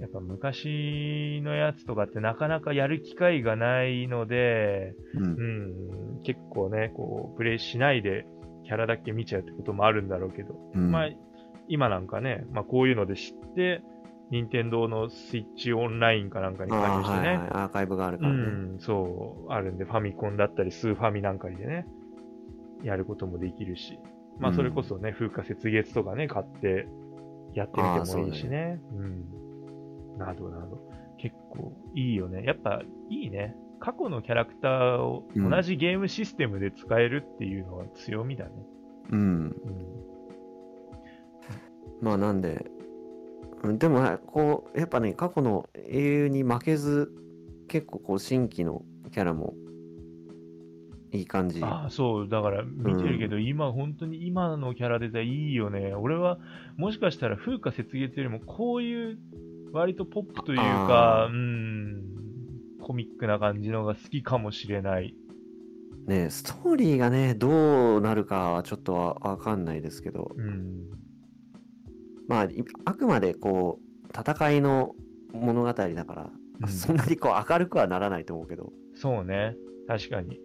S2: やっぱ昔のやつとかってなかなかやる機会がないので、
S3: うん。
S2: うん、結構ね、こう、プレイしないでキャラだけ見ちゃうってこともあるんだろうけど、
S3: うん
S2: まあ、今なんかね、まあ、こういうので知って、任天堂のスイッチオンラインかなんかに
S3: あ
S2: 加入して
S3: ーはい
S2: ね、
S3: はい、アーカイブがあるか
S2: う
S3: らね。
S2: ん、そう、あるんで、ファミコンだったり、スーファミなんかでね、やることもできるし、まあ、
S3: うん
S2: それこそね、風化雪月とかね、買ってやってみてもいいしね、うん。などなど、結構いいよね。やっぱいいね。過去のキャラクターを
S3: うん
S2: 同じゲームシステムで使えるっていうのは強みだね。
S3: うん。まあなんで、うんでもねこう、やっぱね、過去の英雄に負けず、結構こう新規のキャラもいい感じ。
S2: ああ、そう、だから見てるけど、今、本当に今のキャラデザインいいよね。俺は、もしかしたら風化雪月よりも、こういう、割とポップというか、
S3: あー
S2: うん、コミックな感じのが好きかもしれない。
S3: ねストーリーがね、どうなるかはちょっとわわかんないですけど、
S2: うん。
S3: まあ、いあくまでこう、戦いの物語だから、
S2: うん
S3: そんなにこう明るくはならないと思うけど、
S2: そうね。確かに。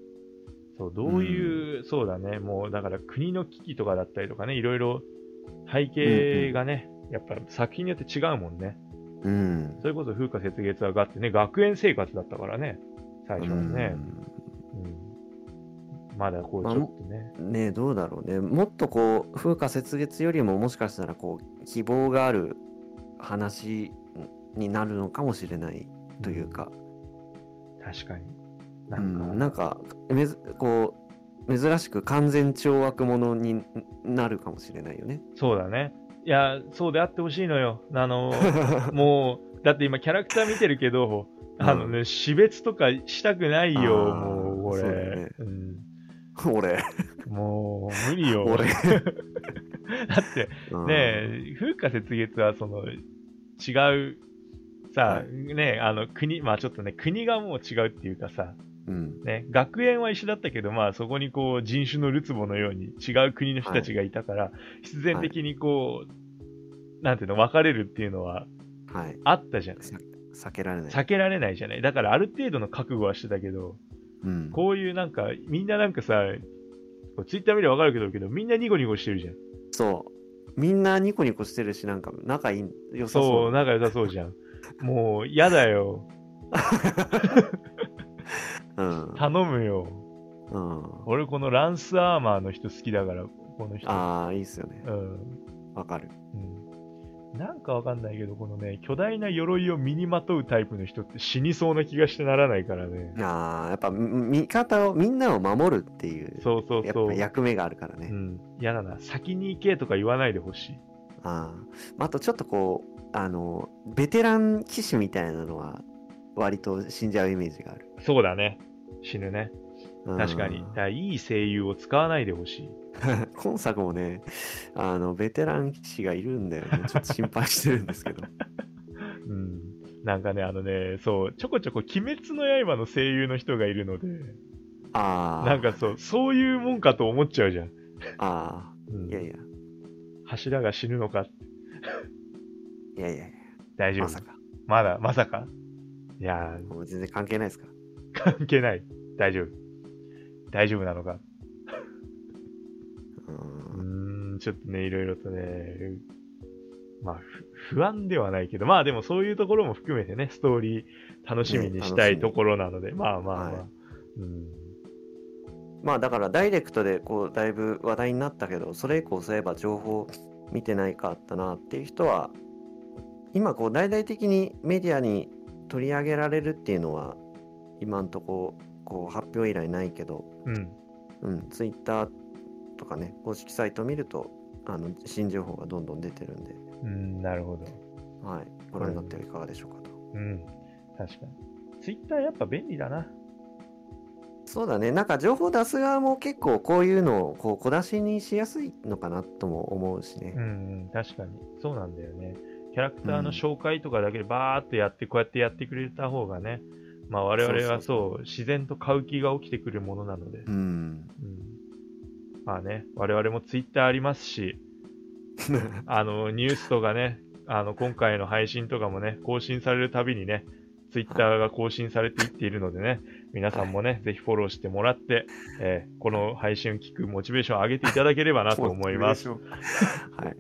S2: そう、どういう、そうだね。もう、だから国の危機とかだったりとかね、いろいろ背景がね、やっぱ作品によって違うもんね。
S3: うん。
S2: それこそ風化雪月はがってね、学園生活だったからね、最初はね。
S3: うん
S2: うんまだこうち
S3: まあ
S2: ょっとね、
S3: ねえどうだろうねもっとこう風化雪月よりももしかしたらこう希望がある話になるのかもしれないというか、
S2: 確かに。な
S3: うん
S2: か、
S3: ん、なんかめずこう珍しく完全懲悪者になるかもしれないよね。
S2: そうだね。いや、そうであってほしいのよ。あの、 もう、だって今キャラクター見てるけど、
S3: うん
S2: あのね、死別とかしたくないよ、
S3: あー
S2: もう、これ。
S3: そうだよね
S2: うん
S3: 俺、
S2: もう、無理よ。
S3: 俺。
S2: だって、
S3: うん
S2: ねえ、風化雪月はその違う
S3: は
S2: さ、ねえあの国、まあちょっとね、国がもう違うっていうかさ、
S3: うん
S2: ね、学園は一緒だったけど、まあそこにこう人種のるつぼのように違う国の人たちがいたから、必然的にこう、なんていうの、分かれるっていうのは
S3: はい、
S2: あったじゃない。
S3: さ避けられない。
S2: 避けられないじゃない。だからある程度の覚悟はしてたけど、
S3: うん、
S2: こういうなんか、みんななんかさ、こうツイッター見れば分かるけど、けどみんなニコニコしてるじゃん。
S3: そうみんなニコニコしてるしなんか仲いい良さ
S2: そ、
S3: そうう
S2: 仲良さそうじゃん。もう嫌だよ。
S3: うん
S2: 頼むよ。
S3: うん、
S2: 俺このランスアーマーの人好きだから、この人。
S3: ああいいっすよね
S2: うん。
S3: わかる。
S2: うん。なんかわかんないけど、このね、巨大な鎧を身にまとうタイプの人って死にそうな気がしてならないからね。
S3: ああ、やっぱみ味方を、みんなを守るっていう、
S2: そうそう
S3: やっ
S2: そう
S3: ぱ。役目があるからね。
S2: うん。嫌だな。先に行けとか言わないでほしい。
S3: あーまああとちょっとこう、あの、ベテラン騎士みたいなのは、割と死んじゃうイメージがある。
S2: そうだね。死ぬね。
S3: うん
S2: 確かに。だからいい声優を使わないでほしい。
S3: 今作もね、あの、ベテラン騎士がいるんだよね。ちょっと心配してるんですけ ど。
S2: うん。なんかね、あのね、そう、ちょこちょこ鬼滅の刃の声優の人がいるので、
S3: ああ、
S2: なんかそう、そういうもんかと思っちゃうじゃん。
S3: あ
S2: うん
S3: あ、いやいや、
S2: 柱が死ぬのかって
S3: いやいやいや、
S2: 大丈夫
S3: まさか。
S2: まだまさかいやー
S3: もう全然関係ないですか。
S2: 関係ない大丈夫大丈夫なのか
S3: う
S2: うー
S3: ん。
S2: んちょっとねいろいろとねまあふ不安ではないけどまあでもそういうところも含めてねストーリー楽しみにした
S3: ね楽し
S2: い
S3: み
S2: ところなので、まあまあまあ、
S3: はい
S2: うん
S3: まあだからダイレクトでこうだいぶ話題になったけどそれ以降そういえば情報見てないかったなっていう人は今こう大々的にメディアに取り上げられるっていうのは今んとここう発表以来ないけど、
S2: うん
S3: うん、ツイッターとかね公式サイト見るとあの新情報がどんどん出てるんで、
S2: うんなるほど
S3: はい、ご覧になってはいかがでしょうかと。
S2: うん確かにツイッターやっぱ便利だな
S3: そうだね。なんか情報出す側も結構こういうのをこう小出しにしやすいのかなとも思うしね。
S2: うんうん、確かに。そうなんだよね。キャラクターの紹介とかだけでバーっとやって、こうやってやってくれた方がね、まあ我々は
S3: そう
S2: そう、自然と買う気が起きてくるものな ので。
S3: うん。
S2: うんまあね、我々もツイッターありますし、あの、ニュースとかね、あの、今回の配信とかもね、更新されるたびにね、ツイッターが更新されていっているのでね、皆さんもね、ぜひフォローしてもらって、えーこの配信を聞くモチベーションを上げていただければなと思います。
S3: モチベーション。は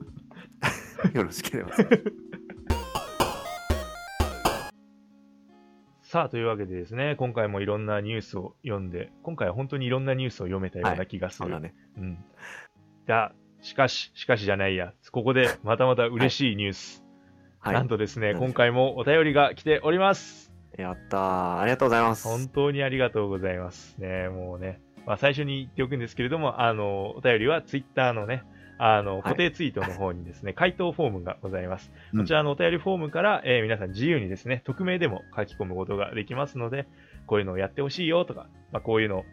S3: い。よろしければ。
S2: さあ、というわけでですね、今回もいろんなニュースを読んで、今回は本当にいろんなニュースを読めたような気がす
S3: そう
S2: る。
S3: だね。
S2: うん。だ、しかし、しかしじゃないや、ここでまたまた嬉しいニュース。
S3: は
S2: なんとです
S3: な
S2: ね、
S3: んで
S2: 今回もお便りが来ております。
S3: い。やったー。ありがとうございます。
S2: 本当にありがとうございます。ね、もうね、まあ、最初に言っておくんですけれども、あの、お便りはツイッターのね、あの、
S3: い
S2: 固定ツイートの方にで すね、回答フォームがございます。
S3: うん
S2: こちらのお便りフォームから、えー皆さん自由にですね、匿名でも書き込むことができますので、こういうのをやってほしいよとか、まあ、こういうの、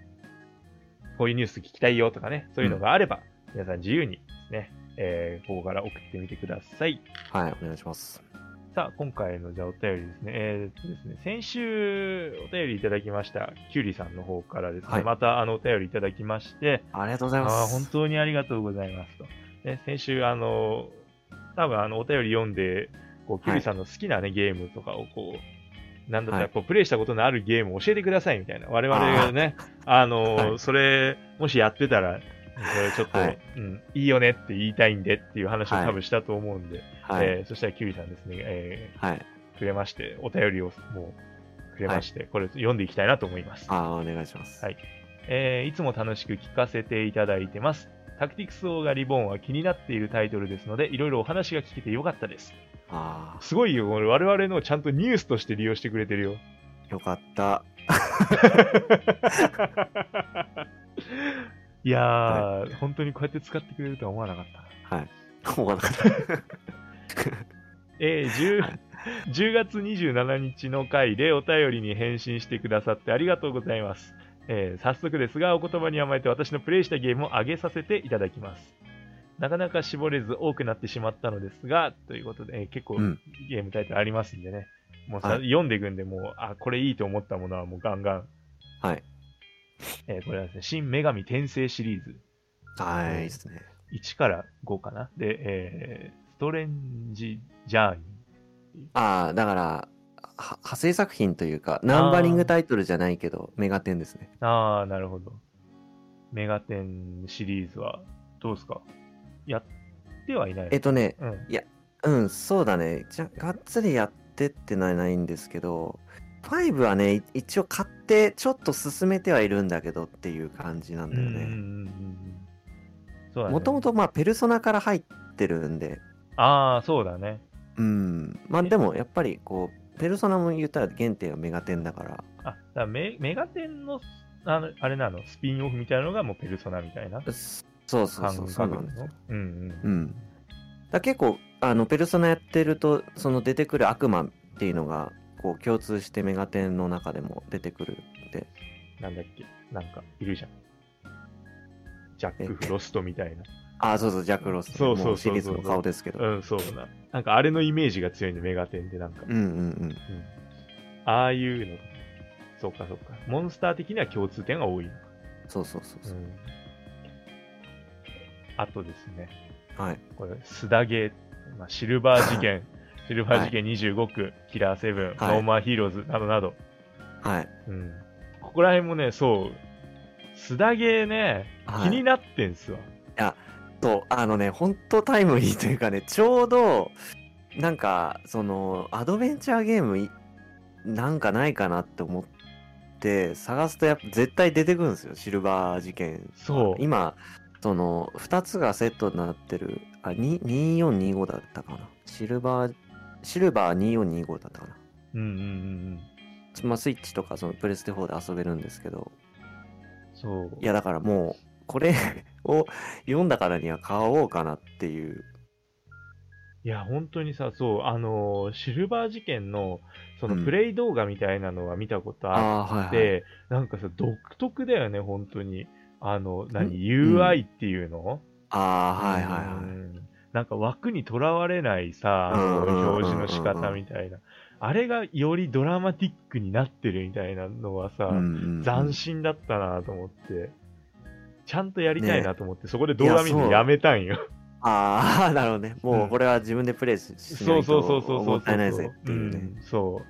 S2: こういうニュース聞きたいよとかね、そういうのがあれば、皆さん自由にですね、えーここから送ってみてください。
S3: はい、お願いします。
S2: さあ、今回のじゃあお便りですね。えーっとですね、先週お便りいただきました、キュリさんの方からですね、
S3: はい
S2: またあのお便りいただきまして、
S3: ありがとうございま
S2: あー
S3: す。
S2: 本当にありがとうございますと。ね、先週、あの、多分あのお便り読んで、こうキュリさんの好きなね、ゲームとかをこう、なんだったら
S3: はい
S2: こうプレイしたことのあるゲームを教えてくださいみたいな。我々がね、あの、
S3: はい
S2: それ、もしやってたら、これちょっと、
S3: はい
S2: うん、いいよねって言いたいんでっていう話を
S3: はい
S2: 多分したと思うんで、
S3: はい、
S2: えーそしたらキュリさんですね、え
S3: はい。
S2: ーくれまして、お便りをもうくれまして、これ読んでいきたいなと思います。
S3: あーお願いします。
S2: はいえーいつも楽しく聞かせていただいてます。タクティクスオーガリボンは気になっているタイトルですので、いろいろお話が聞けてよかったです。
S3: あ
S2: すごいよ、俺我々のをちゃんとニュースとして利用してくれてるよ。
S3: ーよかった。
S2: いやー、
S3: は
S2: 本当にこうやって使ってくれるとは思わなかったな。
S3: はい。思わなかった。
S2: えー、10, 10月27日の回でお便りに返信してくださってありがとうございます。えー早速ですが、お言葉に甘えて私のプレイしたゲームを上げさせていただきます。なかなか絞れず多くなってしまったのですが、と いうことで、えー結構
S3: うん
S2: ゲームタイトルありますんでね。もうさ、
S3: はい
S2: 読んでいくんで、もう、あ、これいいと思ったものはもうガンガン。
S3: はい。
S2: えーこれはですね、新女神転生シリーズ。
S3: はい、いいですね。
S2: 1から5かな。で、えーストレンジジャーニー。
S3: ああ、だから、は派生作品というか、ナンバリングタイトルじゃないけど、メガテンですね。
S2: ああ、なるほど。メガテンシリーズはどうですかやってはいない。
S3: えっとね、
S2: うん。
S3: うん、そうだね。じゃ、がっつりやってってないないんですけど、5はね、い一応買って、ちょっと進めてはいるんだけどっていう感じなんだよ
S2: うんうんうん
S3: ね。
S2: うんそうだね。
S3: もともと、まあ、ペルソナから入ってるんで、
S2: ああ、そうだね。
S3: うん。まあ、でも、やっぱり、こう、ペルソナも言ったら原点はメガテンだから、
S2: あ、だからメメガテンの、あの、あれなの、スピンオフみたいなのがもうペルソナみたいな
S3: そうそう
S2: 感
S3: そう、そう
S2: 覚
S3: な
S2: なん
S3: ですよ。
S2: うんうん。
S3: うん。だ結構あのペルソナやってるとその出てくる悪魔っていうのがこう共通してメガテンの中でも出てくるんで
S2: なんだっけなんか、いるじゃん。ジャック・フロストみたいな。
S3: ああそうそうジャック・ロス
S2: そうそう
S3: も
S2: そ
S3: シ
S2: うそう
S3: リーズの顔ですけど、
S2: うん、そうだ。なんかあれのイメージが強いんで、メガテンってなんか。
S3: うん、うんうん
S2: うんああいうの。そうかそうか。モンスター的には共通点が多いのか。
S3: そうそうそうそう、
S2: ん。あとですね、
S3: はい
S2: これ、スダゲー、まあ、シルバー事 件、シルバー事件25区、キラーセブ
S3: は
S2: ン、
S3: い
S2: ノーマーヒーローズなどなど。
S3: はい、
S2: うん。ここら辺もね、そう、スダゲーね、
S3: はい、
S2: 気になってんすわ。
S3: とあのねほんとタイムリーというかね ちょうどなんかそのアドベンチャーゲームいなんかないかなって思って探すとやっぱ絶対出てくるんですよシルバー事件
S2: そう
S3: 今その2つがセットになってるあに2425だったかなシルバーシルバー2425だったかな
S2: うんうんうんうん。
S3: つまあスイッチとかそのプレステ4で遊べるんですけど
S2: そう。
S3: いやだからもう これを読んだからには買おうかなっていう
S2: いいや、本当にさ、そう、あのーシルバー事件の、そ
S3: うん
S2: のプレイ動画みたいなのは見たことあ
S3: ああー、
S2: っ
S3: はい、はい。
S2: て、なんかさ、独特だよね、本当に。あの、何、
S3: うん
S2: UI っていうの
S3: ああ、はい、はい、は
S2: う
S3: い。
S2: んなんか枠にとらわれないさ、あ
S3: うんうんうんうん
S2: の表示の仕方みたいな。あれがよりドラマティックになってるみたいなのはさ、
S3: うんうんうん
S2: 斬新だったなと思って、ちゃんとやりたいなと思って、そこで動
S3: い
S2: 画
S3: や
S2: 見るの
S3: そう
S2: やめたんよ。
S3: あ あ、なるほどね。もうこれは自分でプレイししな
S2: そう
S3: いと
S2: そうそうそうそう。
S3: もったいないぜっていうね。
S2: んそ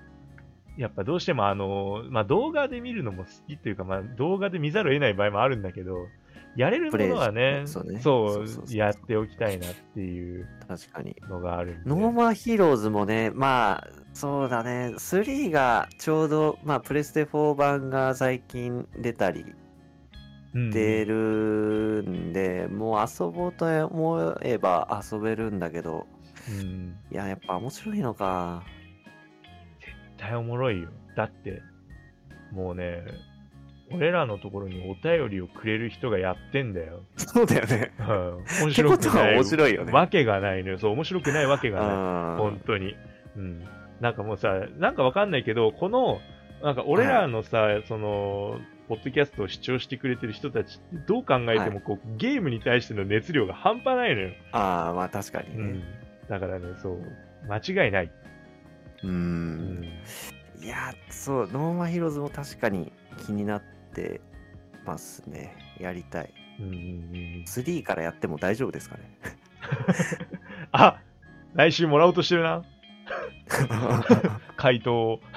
S2: う。やっぱどうしてもあの、まあ、動画で見るのも好きっていうか、まあ、動画で見ざるを得ない場合もあるんだけど、やれるものはね、
S3: プレイそうねそうそうそう
S2: やっておきたいなっていう
S3: 確かに。
S2: のがあるんで。
S3: ノーマーヒーローズもね、まあ、そうだね、3がちょうど、まあ、プレステ4版が最近出たり
S2: うん
S3: 出るんで、もう遊ぼうと思えば遊べるんだけど、
S2: うん。
S3: いや、やっぱ面白いのか。
S2: 絶対おもろいよ。だって、もうね、俺らのところにお便りをくれる人がやってんだ よ。
S3: そうだよね。
S2: うん面白く
S3: ってことは
S2: ない。
S3: 面白いよね
S2: わけがないのよ。そう、面白くないわけがない。本
S3: 本
S2: 当に。うん。なんかもうさ、なんかわかんないけど、この、なんか俺らのさ、その、ポッドキャストを視聴してくれてる人たちってどう考えてもこう、ゲームに対しての熱量が半端ないのよ。
S3: ああ、まあ確かに
S2: う
S3: ね
S2: ん。。だからね、そう、間違いない。
S3: うん。
S2: うん。
S3: いや、そう、ノーマーヒーローズも確かに気になってますね。やりたい。
S2: うんうんうん、
S3: 3からやっても大丈夫ですか ね。
S2: あ来週もらおうとしてるな。回答を。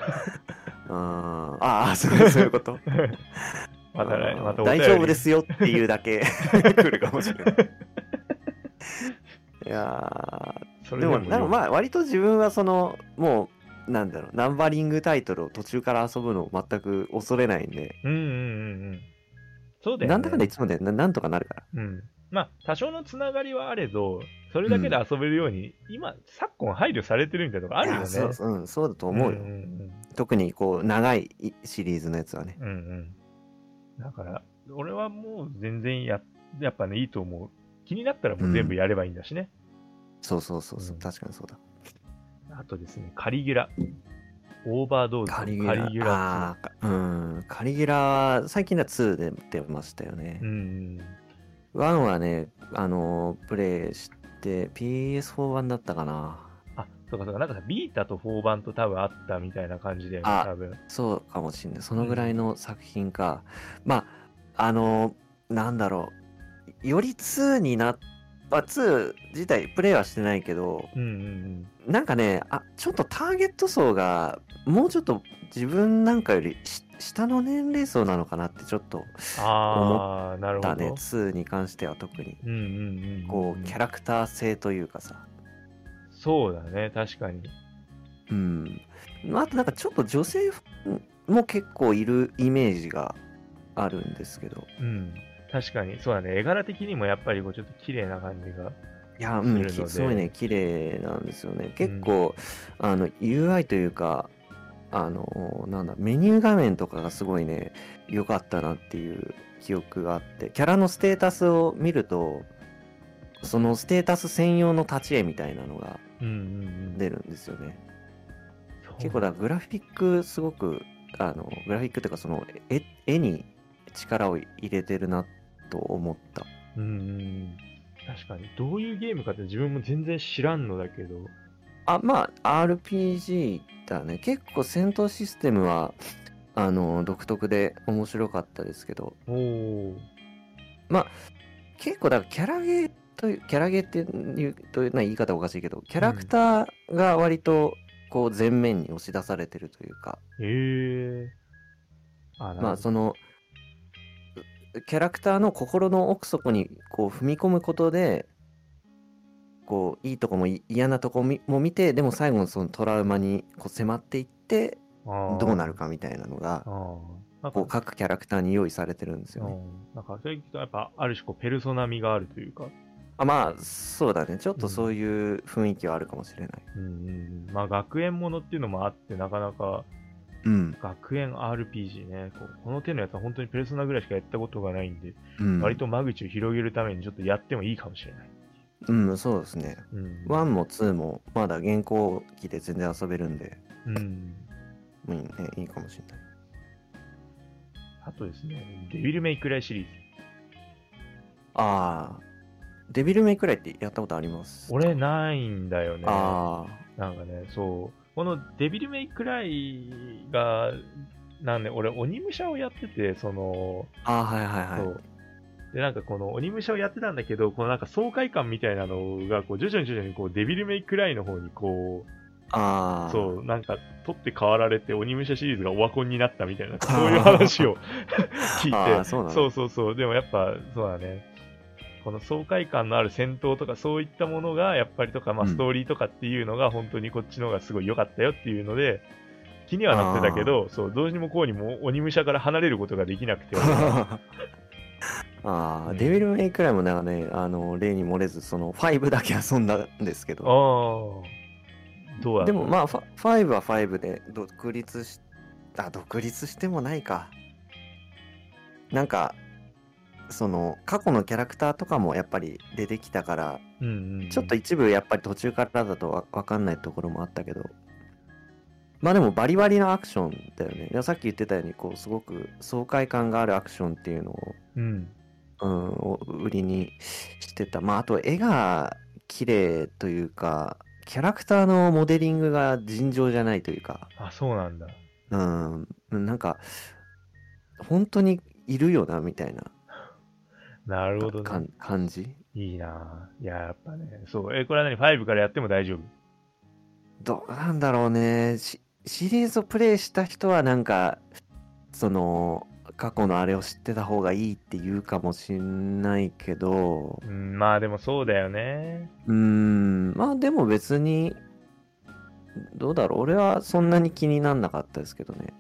S3: あーあー、そうそういうこと。
S2: また来、
S3: あー
S2: またお便
S3: 大
S2: り
S3: 丈夫ですよっていうだ け来るかもしれない。いや
S2: そ
S3: ー
S2: れで
S3: で
S2: も
S3: も、なんかまあ、割と自分はその、もう、なんだろう、ナンバリングタイトルを途中から遊ぶのを全く恐れないんで、
S2: うんうんうんうん。そうだよね。
S3: なんだかんだいつもで、ななんとかなるから。
S2: うん。まあ、多少のつながりはあれど、それだけで遊べるように、今、昨今配慮されてるみたいなとこあるよ
S3: い
S2: ね。
S3: やそうそううん、そうだと思うよ。
S2: んん
S3: 特にこう、長いいシリーズのやつはね。
S2: うん。うんうん。だから、俺はもう全然や、やっぱね、いいと思う。気になったらもう全部やればいいんだしね。
S3: そうそうそうそう、
S2: うん
S3: 確かにそうだ。
S2: あとですね、カリギュラ。オーバードーズ。
S3: カリギュラ。
S2: ラ
S3: あーうん、カリギュラは最近では2で出ましたよね
S2: 2。。うん
S3: 1はね、あのープレイして、PS4 版だったかな。
S2: あ、そうかそうか。なんかさ、ビータと4版と多分あったみたいな感じだよね、
S3: あ
S2: 多分。
S3: そうかもしんない。そのぐらいの作品か。まあ、あのーなんだろう。より2になっ、まあ、2自体プレイはしてないけど、
S2: うんうん
S3: なんかね、あ、ちょっとターゲット層が、もうちょっと自分なんかよりし下の年齢層なのかなってちょっと
S2: うん。ああ、なるほ
S3: だ
S2: ど。
S3: ね、2に関しては特に。
S2: うんうんうんうん。
S3: こう、キャラクター性というかさ。
S2: そうだね、確かに。
S3: うん。あとなんかちょっと女性ファンも結構いるイメージがあるんですけど。
S2: うん。確かに、そうだね。絵柄的にもやっぱりこうちょっと綺麗な感じが。
S3: いや、う
S2: する
S3: ん、
S2: のです
S3: ごいね、綺麗なんですよね。結構、あの、UI というか、あの、なんだ、メニュー画面とかがすごいね、良かったなっていう記憶があって、キャラのステータスを見ると、そのステータス専用の立ち絵みたいなのが
S2: うんうんうん。
S3: 出るんですよね。
S2: そう、
S3: 結構だからグラフィックすごくあのグラフィックというかその絵絵に力を入れてるなと思った
S2: うんうんうん。確かに。どういうゲームかって自分も全然知らんのだけど。
S3: あまあ RPG だね結構戦闘システムはあの独特で面白かったですけど
S2: おお。
S3: 結構だからキャラゲーというキャラゲーっていうというのは言い方おかしいけどキャラクターが割とこう前面に押し出されてるというか、
S2: へえ。あ、
S3: まあそのキャラクターの心の奥底にこう踏み込むことでこういいとこもい嫌なとこみも見てでも最後のそのトラウマにこう迫っていって
S2: の
S3: どうなる。かみたいなのが
S2: あーあー。なん
S3: こう
S2: か、
S3: 各キャラクターに用意されてるんです
S2: う
S3: よね。
S2: ん、なんかそれ聞くとやっぱある種こうペルソナ味があるというか。
S3: あまあそうだねちょっとそういう雰囲気はあるかもしれない。
S2: うんうんうん。まあ学園ものっていうのもあってなかなか。
S3: うん、
S2: 学園 RPG ねこうこの手のやつは本当にペルソナぐらいしかやったことがないんで、
S3: うん、
S2: 割と間口を広げるためにちょっとやってもいいかもしれない。
S3: うん、そうですね。
S2: うん
S3: 1も2もまだ現行機で全然遊べるんで、
S2: うん、
S3: うんね、いいかもしれない。
S2: あとですね、デビルメイクライシリーズ。
S3: ああ、デビルメイクライってやったことあります。
S2: 俺ないんだよね。
S3: あ
S2: なんかね、そう。このデビルメイクライが、なんで、俺、鬼武者をやってて、その、
S3: あ、ああ、はいはい
S2: そ
S3: は
S2: う。で、なんかこの鬼武者をやってたんだけど、このなんか爽快感みたいなのが、こう、徐々に徐々にこう、デビルメイクライの方にこう、
S3: い。ああ、
S2: そう、なんか、取って変わられて、鬼武者シリーズがオワコンになったみたいな、そういう話を 聞いて
S3: ああ、、そうなんだ。
S2: そうそうそう、でもやっぱそうだね、この爽快感のある戦闘とか、そういったものがやっぱりとか、まあ、
S3: うん
S2: ストーリーとかっていうのが、本当にこっちの方がすごい良かったよっていうので、気にはなってたけど、そうどうにもこうにも鬼武者から離れることができなく て、
S3: ああ、
S2: うん
S3: デビルメイクライもなんかね、あの、例に漏れず、その、5だけ遊んだんですけ
S2: ああ、
S3: ど、
S2: どうだ
S3: でもまあ、ファ5は5で、独立し、あ、独立してもないか。なんか、その、過去のキャラクターとかもやっぱり出てきたから、
S2: うんうんうん、
S3: ちょっと一部やっぱり途中からだとわわかんないところもあったけど、まあでもバリバリのアクションだよね。でさっき言ってたように、こう、すごく爽快感があるアクションっていうのを、
S2: うん、
S3: うん、を売りにしてた。まあ、あと絵が綺麗というか、キャラクターのモデリングが尋常じゃないというか、
S2: あそうなんだ。
S3: うん、なんか、本当にいるよな、みたいな
S2: なるほど
S3: か
S2: ね。
S3: ん感じ。
S2: いいなぁ。いや、やっぱね、そう。え、これは何 ?5 からやっても大丈夫
S3: どうなんだろうね。シシリーズをプレイした人はなんか、その、過去のあれを知ってた方がいいって言うかもしんないけど、
S2: うん、まあでもそうだよね。
S3: うーん、まあでも別に、どうだろう。俺はそんなに気になんなかったですけどね。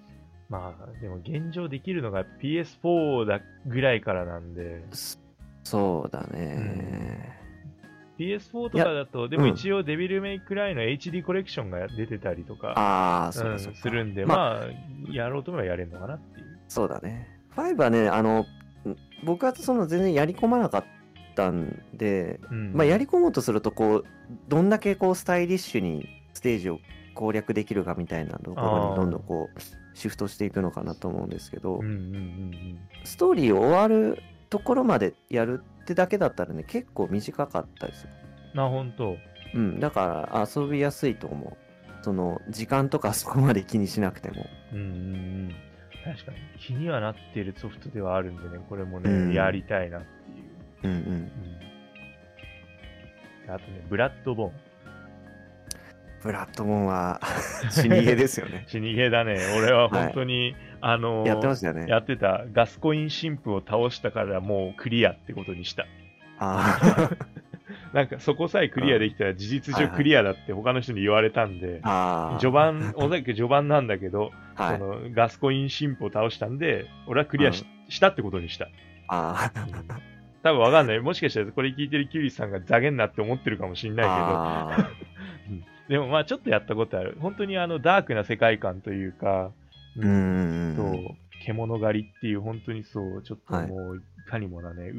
S2: まあ、でも現状できるのが PS4 だぐらいからなんで、
S3: そそうだね。
S2: PS4 とかだと、でも
S3: うん
S2: 一応デビルメイクライの HD コレクションが出てたりとか、
S3: ああ、
S2: う
S3: そうんだそうだ
S2: するんで、
S3: まあ、
S2: まあ、やろうともやれるのかなっていう。
S3: そうだね。5はね、あの、僕はその全然やり込まなかったんで、
S2: うん
S3: まあやり込もうとすると、こう、どんだけこうスタイリッシュにステージを攻略できるかみたいなところ
S2: あー
S3: にどんどんこう、シフトしていくのかなと思うんですけど、
S2: うんうんうん
S3: ストーリーを終わるところまでやるってだけだったらね結構短かったですよ、
S2: うん。な、ほんと。
S3: うん、だから遊びやすいと思うその時間とかそこまで気にしなくても
S2: うんうんうん。確かに気にはなっているソフトではあるんでね、これもね、
S3: うん
S2: やりたいなっ
S3: う
S2: ていう。
S3: んうん
S2: うんであとね、ブラッドボーン。
S3: ブラッドボーンは 死にゲーですよ ね
S2: 死にゲーだね。俺は本当に、あのー
S3: やってましたよね
S2: やってたガスコイン神父を倒したからもうクリアってことにした。
S3: あー
S2: なんかそこさえクリアできたら事実上クリアだって他の人に言われたんで、
S3: あー
S2: 序盤、おそらく序盤なんだけど、
S3: は
S2: そ
S3: い
S2: のガスコイン神父を倒したんで、俺はクリアし,、したってことにした。
S3: あー
S2: 多分わかんない。もしかしたらこれ聞いてるキュウリさんがザゲんなって思ってるかもしんないけど、
S3: あー
S2: でもまあちょっとやったことある。本当にあのダークな世界観というか、
S3: うーん
S2: そう、獣狩りっていう、本当にそう、ちょっともう、いかにもなね、う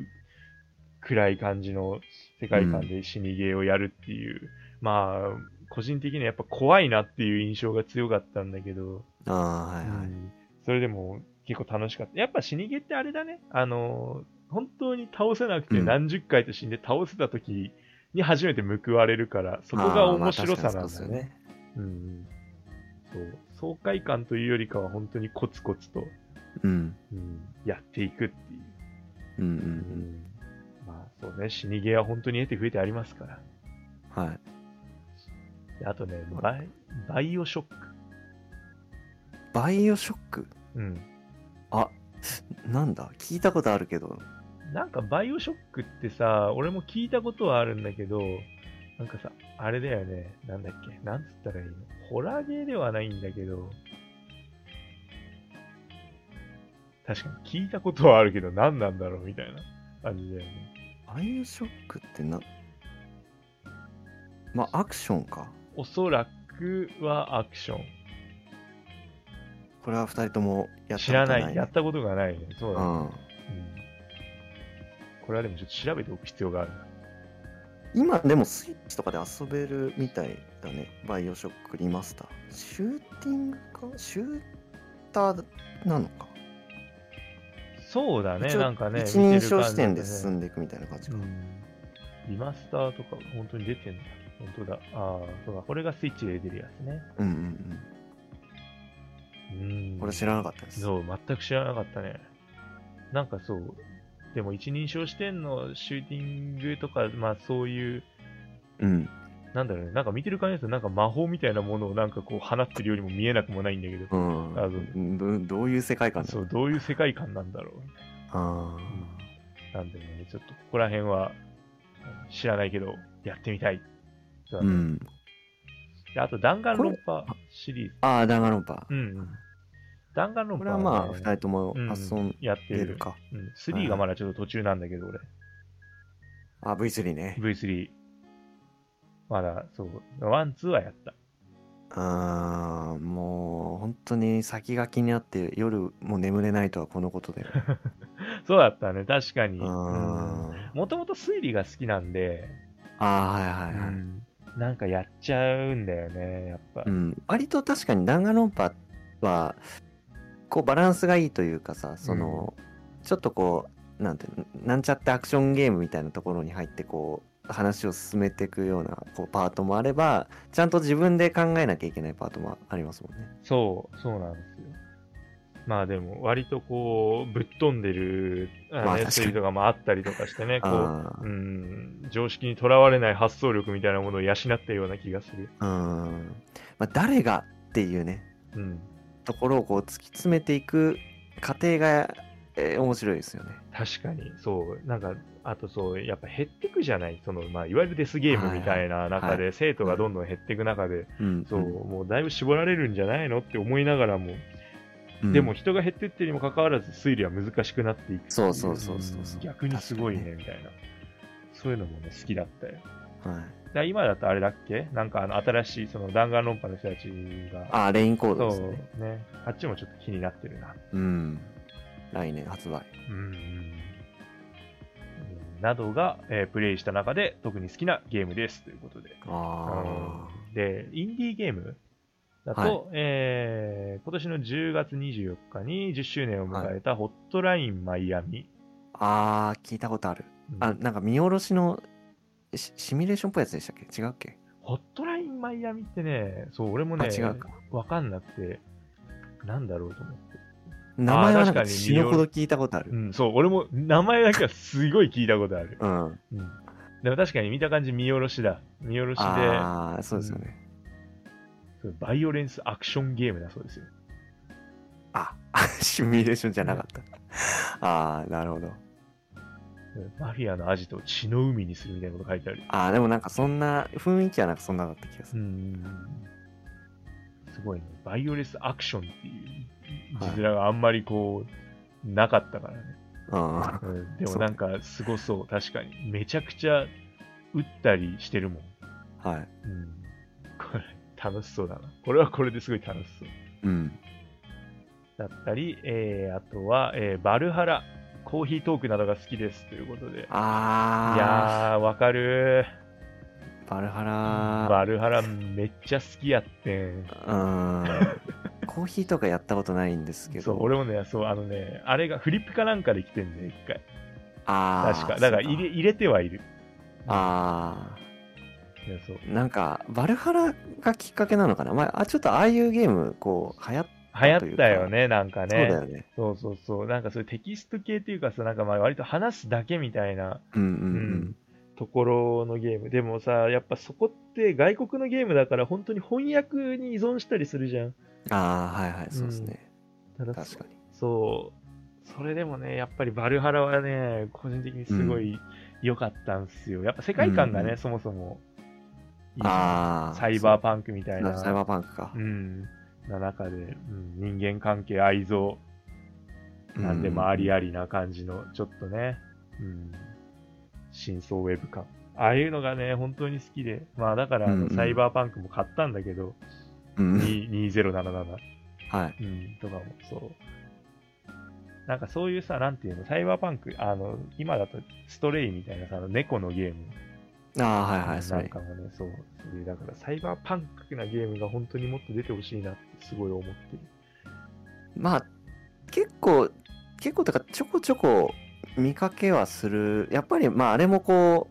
S2: 暗い感じの世界観で死にゲーをやるっていう、まあ、個人的にはやっぱ怖いなっていう印象が強かったんだけど、
S3: ああはいは
S2: う
S3: い
S2: んそれでも結構楽しかった。やっぱ死にゲーってあれだね、あの、本当に倒せなくて
S3: うん
S2: 何十回と死んで倒せた時に初めて報われるから、そこが
S3: あーまあ
S2: 面白さなん
S3: 確か
S2: だよ
S3: にそうですよ
S2: ね。
S3: ね
S2: うんそう爽快感というよりかは本当にコツコツと、
S3: うん
S2: うん、やっていくってい
S3: う
S2: う、
S3: んうんうん
S2: まあそうね死にゲーは本当に得て増えてありますから
S3: はい
S2: であとねバイバイオショック、
S3: バイオショック
S2: うん、
S3: あなんだ聞いたことあるけど
S2: なんかバイオショックってさ俺も聞いたことはあるんだけどなんかさあれだよねなんだっけなんつったらいいのホラーゲーではないんだけど確かに聞いたことはあるけど何なんだろうみたいな感じだよね
S3: バイオショックってな、まあ、アクションか。
S2: おそらくはアクション。
S3: これは二人ともやったことない、
S2: 知らない。やったことがないね。そう
S3: う
S2: だね、
S3: ん。
S2: うんこれはでもちょっと調べておく必要があるな。
S3: 今でもスイッチとかで遊べるみたいだね。バイオショックリマスター。シューティングかシューターなのか。
S2: そうだね、
S3: 一応
S2: なんかね、
S3: 一人称
S2: 見
S3: 視
S2: てる感じだ
S3: 点
S2: ね
S3: で進んでいくみたいな感じ
S2: う
S3: か。
S2: んリマスターとか本当に出てんだ。本当だ。ああ、そうだ。これがスイッチで出るやつね。
S3: うんうんうん。
S2: うん。
S3: これ知らなかったです。
S2: そう、全く知らなかったね。なんかそう、でも一人称視点のシューティングとか、まあそういう、
S3: うん。
S2: なんだろうね、なんか見てる感じですと、なんか魔法みたいなものをなんかこう放ってるよりも見えなくもないんだけど、
S3: うん
S2: あの
S3: うんどどういう世界観だ
S2: そ
S3: ろう
S2: う、どういう世界観なんだろう。
S3: あ
S2: なんでね、ちょっとここら辺は知らないけど、やってみたい。
S3: あ、うん、
S2: であと、弾丸論破シリーズ。
S3: ああ、ダガロンパ
S2: う。ん。弾丸論
S3: こ
S2: 破
S3: れはまあ、
S2: ね
S3: 二人とも
S2: うん
S3: 発音
S2: やって
S3: 出
S2: る
S3: る。か。
S2: うん、3がまだちょっと途中なんだけど、俺。
S3: あ、V3 ね。
S2: V3。まだ、そう。ワン、ツーはやった。
S3: あーもう、本当に先が気になって、夜もう眠れないとはこのことで。
S2: そうだったね、確かに。
S3: あー
S2: もともと推理が好きなんで、
S3: あー、はいはいはい。
S2: なんかやっちゃうんだよね、やっぱ。
S3: うん、割と確かに弾丸論破は、こうバランスがいいというかさ、その、ちょっとこう、なんていうの、なんちゃってアクションゲームみたいなところに入って、こう、話を進めていくようなこうパートもあれば、ちゃんと自分で考えなきゃいけないパートもありますもんね。
S2: そう、そうなんですよ。まあでも、割とこう、ぶっ飛んでる、あ
S3: まあ確
S2: ね、
S3: か
S2: 推
S3: に
S2: 理とかもあったりとかしてね、こう、
S3: あ
S2: うん、常識にとらわれない発想力みたいなものを養ったような気がする。
S3: あ、うん。まあ、誰がっていうね、
S2: うん、
S3: ところをこう突き詰めていく過程が、えー面白いですよね。
S2: 確かに、そう、なんか、あとそう、やっぱ減ってくじゃない、その、まあ、いわゆるデスゲームみたいな中で、生徒がどんどん減っていく中で、
S3: うん、
S2: そう、もうだいぶ絞られるんじゃないのって思いながらも、
S3: うん
S2: でも、人が減ってってにもかかわらず、推理は難しくなっていくってい
S3: そうそうそうそうそう
S2: 逆にすごいね
S3: 確か、
S2: みたいな。そういうのもね、好きだったよ。
S3: はい、
S2: だ今だとあれだっけなんかあの新しいその弾丸論破の人たちが
S3: あーレインコードで
S2: そ
S3: す
S2: う
S3: ね。
S2: ね。あっちもちょっと気になってるな。
S3: うん。来年発売。
S2: うんうんうん。などが、えープレイした中で特に好きなゲームですということで。
S3: あ
S2: で、インディーゲームだと、
S3: はい
S2: えー今年の10月24日に10周年を迎えたホットラインマイアミ。
S3: あ。ああ、聞いたことある。
S2: うん
S3: あ、なんか見下ろしのシシミュレーションっぽいやつでしたっけ違うっけ
S2: ホットラインマイアミってね、そう、俺も
S3: あ、
S2: ね、
S3: 違うか。
S2: わかんなくて、なんだろうと思って。
S3: 名前はなん
S2: 確か
S3: か
S2: に
S3: 死ぬほど聞いたことあ
S2: う
S3: る。
S2: ん、そう、俺も名前だけはすごい聞いたことある。
S3: うん。
S2: うん。でも確かに見た感じ見下ろしだ。見下ろしで、
S3: ああ、そうですよね。
S2: そうバイオレンスアクションゲームだそうですよ。
S3: あ、 シミュレーションじゃなかった。ああ、なるほど。
S2: マフィアのアジトを血の海にするみたいなこと書いてある。
S3: ああ、でもなんかそんな、雰囲気はなんかそんなだった気がす
S2: う
S3: る。
S2: ん。すごいね。バイオレンスアクションっていう字面があんまりこう、なかったからね。
S3: うん。
S2: うん、でもなんかすごそう。確かに。めちゃくちゃ撃ったりしてるもん。
S3: はい。
S2: うん。これ、楽しそうだな。これはこれですごい楽しそう。
S3: うん。
S2: だったり、えー、あとは、えーバルハラ、コーヒートークなどが好きですということで。い
S3: あ
S2: やー、わかる
S3: あ、バルハ
S2: ー。
S3: ラ
S2: バルハラめっちゃ好きやってん。
S3: ー。 うん。コーヒーとかやったことないんですけど。
S2: そう、俺もね、そう、あのね、あれがフリップかなんかで来てんね、一回。
S3: ああ。
S2: 確か。だから入れ入れてはいる。
S3: あ
S2: いやそう。
S3: あ、なんか、バルハラがきっかけなのかな、まあ、あちょっとああいうゲーム、こう、流行っ
S2: 流行ったよね、なんか
S3: たそうだ
S2: ね。
S3: よね。
S2: そうそうそう。なんかそういうテキスト系っていうかさ、なんかまあ割と話すだけみたいな
S3: うんうん
S2: うんところのゲーム。でもさ、やっぱそこって外国のゲームだから本当に翻訳に依存したりするじゃん。
S3: うん。ああ、はいはい、そうですね。
S2: ただ
S3: 確かに。
S2: そう。それでもね、やっぱりバルハラはね、個人的にすごい良かったんすよ。やっぱ世界観がね、
S3: うん
S2: そもそもいい
S3: ああ。
S2: サイバーパンクみたい
S3: そう
S2: な、
S3: サイバーパンクか
S2: う。ん、な中で、うん、人間関係、愛憎、なんでもあり
S3: あ
S2: ありな感じの、ちょっとね、うん、真相ウェブ感。ああいうのがね、本当に好きで、まあだからあ
S3: うんう
S2: の、
S3: ん
S2: サイバーパンクも買ったんだけど、
S3: うん。
S2: に2077。
S3: はい。
S2: うん、とかもそう。なんかそういうさ、なんていうの、サイバーパンク、あの、今だとストレイみたいなさ、あの猫のゲーム
S3: ああ、はいはい、そ
S2: なん
S3: れ。
S2: かもね、そう。でだからサイバーパンクなゲームが本当にもっと出てほしいなってすごい思ってる。
S3: まあ、結構、結構とか、ちょこちょこ見かけはする。やっぱり、まあ、あれもこ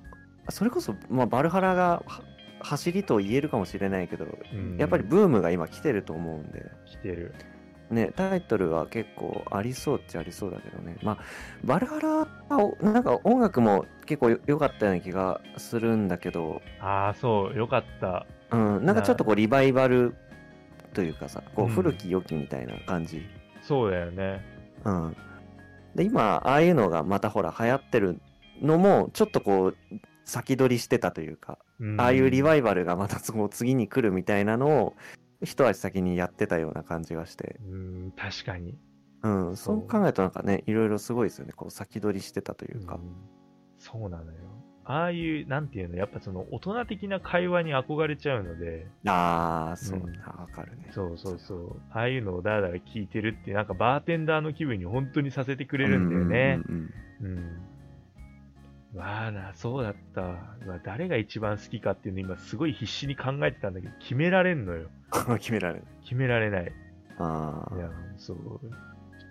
S3: う、それこそ、まあ、バルハラがは走りと言えるかもしれないけど、
S2: うん
S3: やっぱりブームが今来てると思うんで、
S2: 来てる。
S3: ね、タイトルは結構ありそうっちゃありそうだけどね。まあ、バルハラは、おなんか音楽も結構よ良かったような気がするんだけど、
S2: ああ、そう、よかった。
S3: うん、なんかちょっとこう、リバイバルというかさ、こう、
S2: うん
S3: 古き良きみたいな感じ。
S2: そうだよね。
S3: うん、で今ああいうのがまたほら流行ってるのもちょっとこう先取りしてたというか、
S2: ん
S3: ああいうリバイバルがまたその次に来るみたいなのを一足先にやってたような感じがして、
S2: うん、確かに。
S3: うん、そう
S2: そう
S3: 考えるとなんかねいろいろすごいですよねこう先取りしてたというか
S2: う、んそうなのよ。ああいう、なんていうの、やっぱその大人的な会話に憧れちゃうので、
S3: ああそう
S2: うん
S3: なわかるね、
S2: そうそうそう、ああいうのをだらだら聞いてるって、なんかバーテンダーの気分に本当にさせてくれるんだよね。
S3: うんうんうん
S2: うん。わあな、そうだった。うわ誰が一番好きかっていうの今すごい必死に考えてたんだけど、決められんのよ。
S3: うん決められる
S2: 決められない。
S3: あ
S2: いや、そう。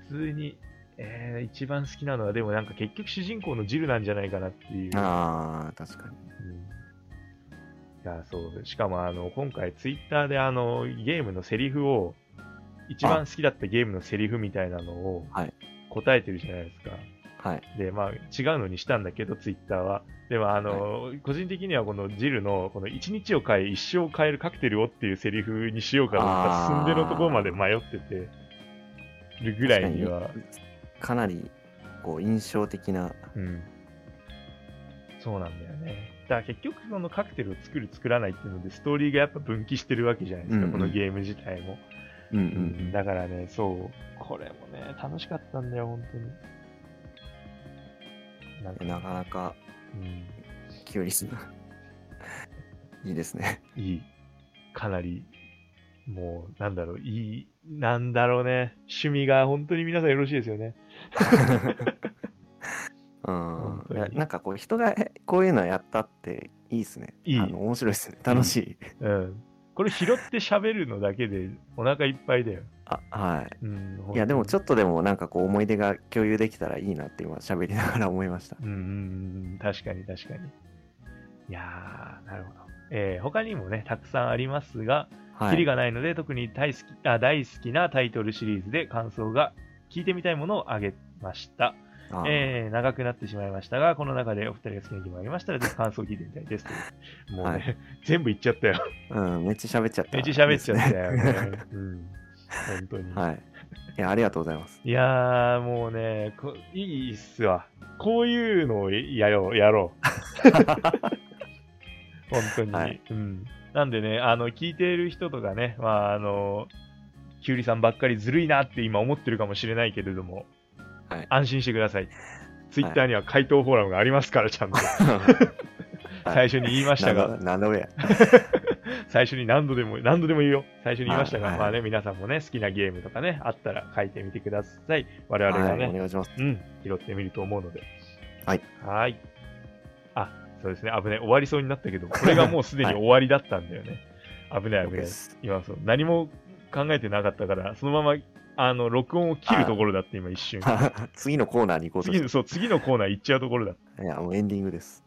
S2: 普通に、えー、一番好きなのは、でもなんか結局主人公のジルなんじゃないかなっていう。
S3: ーあー確かに
S2: いや、そう。しかも、あの、今回、ツイッターで、あの、ゲームのセリフを、一番好きだったゲームのセリフみたいなのを
S3: はい、
S2: 答えてるじゃないですか。
S3: はい
S2: で、まあ、違うのにしたんだけど、ツイッターは。でも、あの、個人的には、このジルの、この、一日を変え、一生を変えるカクテルをっていうセリフにしようかどうか、
S3: あー
S2: 進んでのところまで迷ってて、るぐらいには、
S3: かなりこう印象的な
S2: うん。そうなんだよね。だから結局、そのカクテルを作る、作らないっていうので、ストーリーがやっぱ分岐してるわけじゃないですか、
S3: うんうん
S2: このゲーム自体も、
S3: うんうん
S2: だからね、そう、これもね、楽しかったんだよ、本当に。なん
S3: うんなかなか
S2: うん、
S3: キュウリス いいです ね。
S2: いい。かなり、もう、なんだろう、いい、なんだろうね、趣味が本当に皆さんよろしいですよね。
S3: うん
S2: 本、当
S3: い
S2: に
S3: やなんかこう人がえこういうのやったっていいですね。
S2: いい
S3: あの面白いですね。楽しい。
S2: うん。これ拾って喋るのだけで、お腹いっぱいだよ。
S3: あは
S2: うん、
S3: い。いやでもちょ
S2: っと
S3: っとでもなんかこう思い出が共有できたらいいなって今喋りながら思いました。
S2: うんうんうん、確かに確かに。いやー、なるほど。えー他にもね、たくさんありますが、
S3: は
S2: キリ
S3: い。
S2: がないので、特に大好きあ大好きなタイトルシリーズで感想が聞いてみたいものをあげました。
S3: あ
S2: えー長くなってしまいましたが、この中でお二人が好きなゲームありましたら、ぜひ感想を聞いてみたいですという。もうね、
S3: は
S2: 全部言っちゃっ たよ。
S3: うん、めっちゃ喋っちゃった。
S2: めっちゃ喋っちゃったよ、
S3: ですね。
S2: ね。うん、本当に。
S3: はい。いやありがとうござい ます。
S2: いやー、もうねこ、いいっすわ。こういうのをやろう、やろ う。本当に、
S3: はい
S2: うん。なんでね、あの、聞いてる人とかね、まあ、あの、キュウリさんばっかりずるいなって今思ってるかもしれないけれども、
S3: はい
S2: 安心してください。ツイッターには回答フォーラムがありますから、ちゃんと。最初に言いました
S3: 何
S2: が
S3: 度、何度目や。
S2: 最初に何度でも、何度でも言うよ。最初に言いましたが、
S3: はい
S2: まあね、皆さんもね、好きなゲームとかね、あったら書いてみてください。我々が
S3: は
S2: ね、
S3: い、お願いします。
S2: うん、拾ってみると思うので。
S3: はい。
S2: はーい。あ、そうですね。危ね。終わりそうになったけど、これがもう すでに終わりだったんだよね。危ない危
S3: 了解
S2: ない
S3: で。す
S2: 今そう、何も考えてなかったから、そのまま、あの、録音を切るところだって、今 一瞬。
S3: 次のコーナーに行こうと
S2: 次
S3: し
S2: の、そう、次のコーナー行っちゃうところだ。
S3: て。いや、もうエンディングです。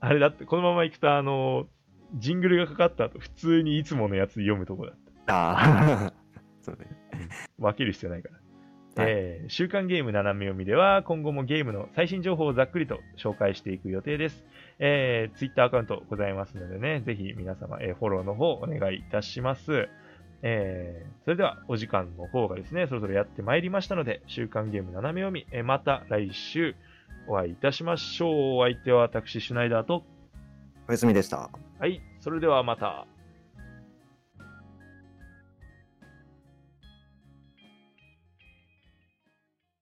S2: あれだって、このまま行くと、あの、ジングルがかかった後、普通にいつものやつ読むとこだ。
S3: ああ。 そうね。
S2: 分ける必要ないから。
S3: はい
S2: えー週刊ゲーム斜め読みでは今後もゲームの最新情報をざっくりと紹介していく予定です。えー、Twitter アカウントございますのでね、ぜひ皆様、えーフォローの方お願いいたします。えーそれではお時間の方がですね、そろそろやってまいりましたので、週刊ゲーム斜め読み、えーまた来週お会いいたしましょう。お相手は私、シュナイダーと、
S3: おやすみでした。
S2: はい、それではまた。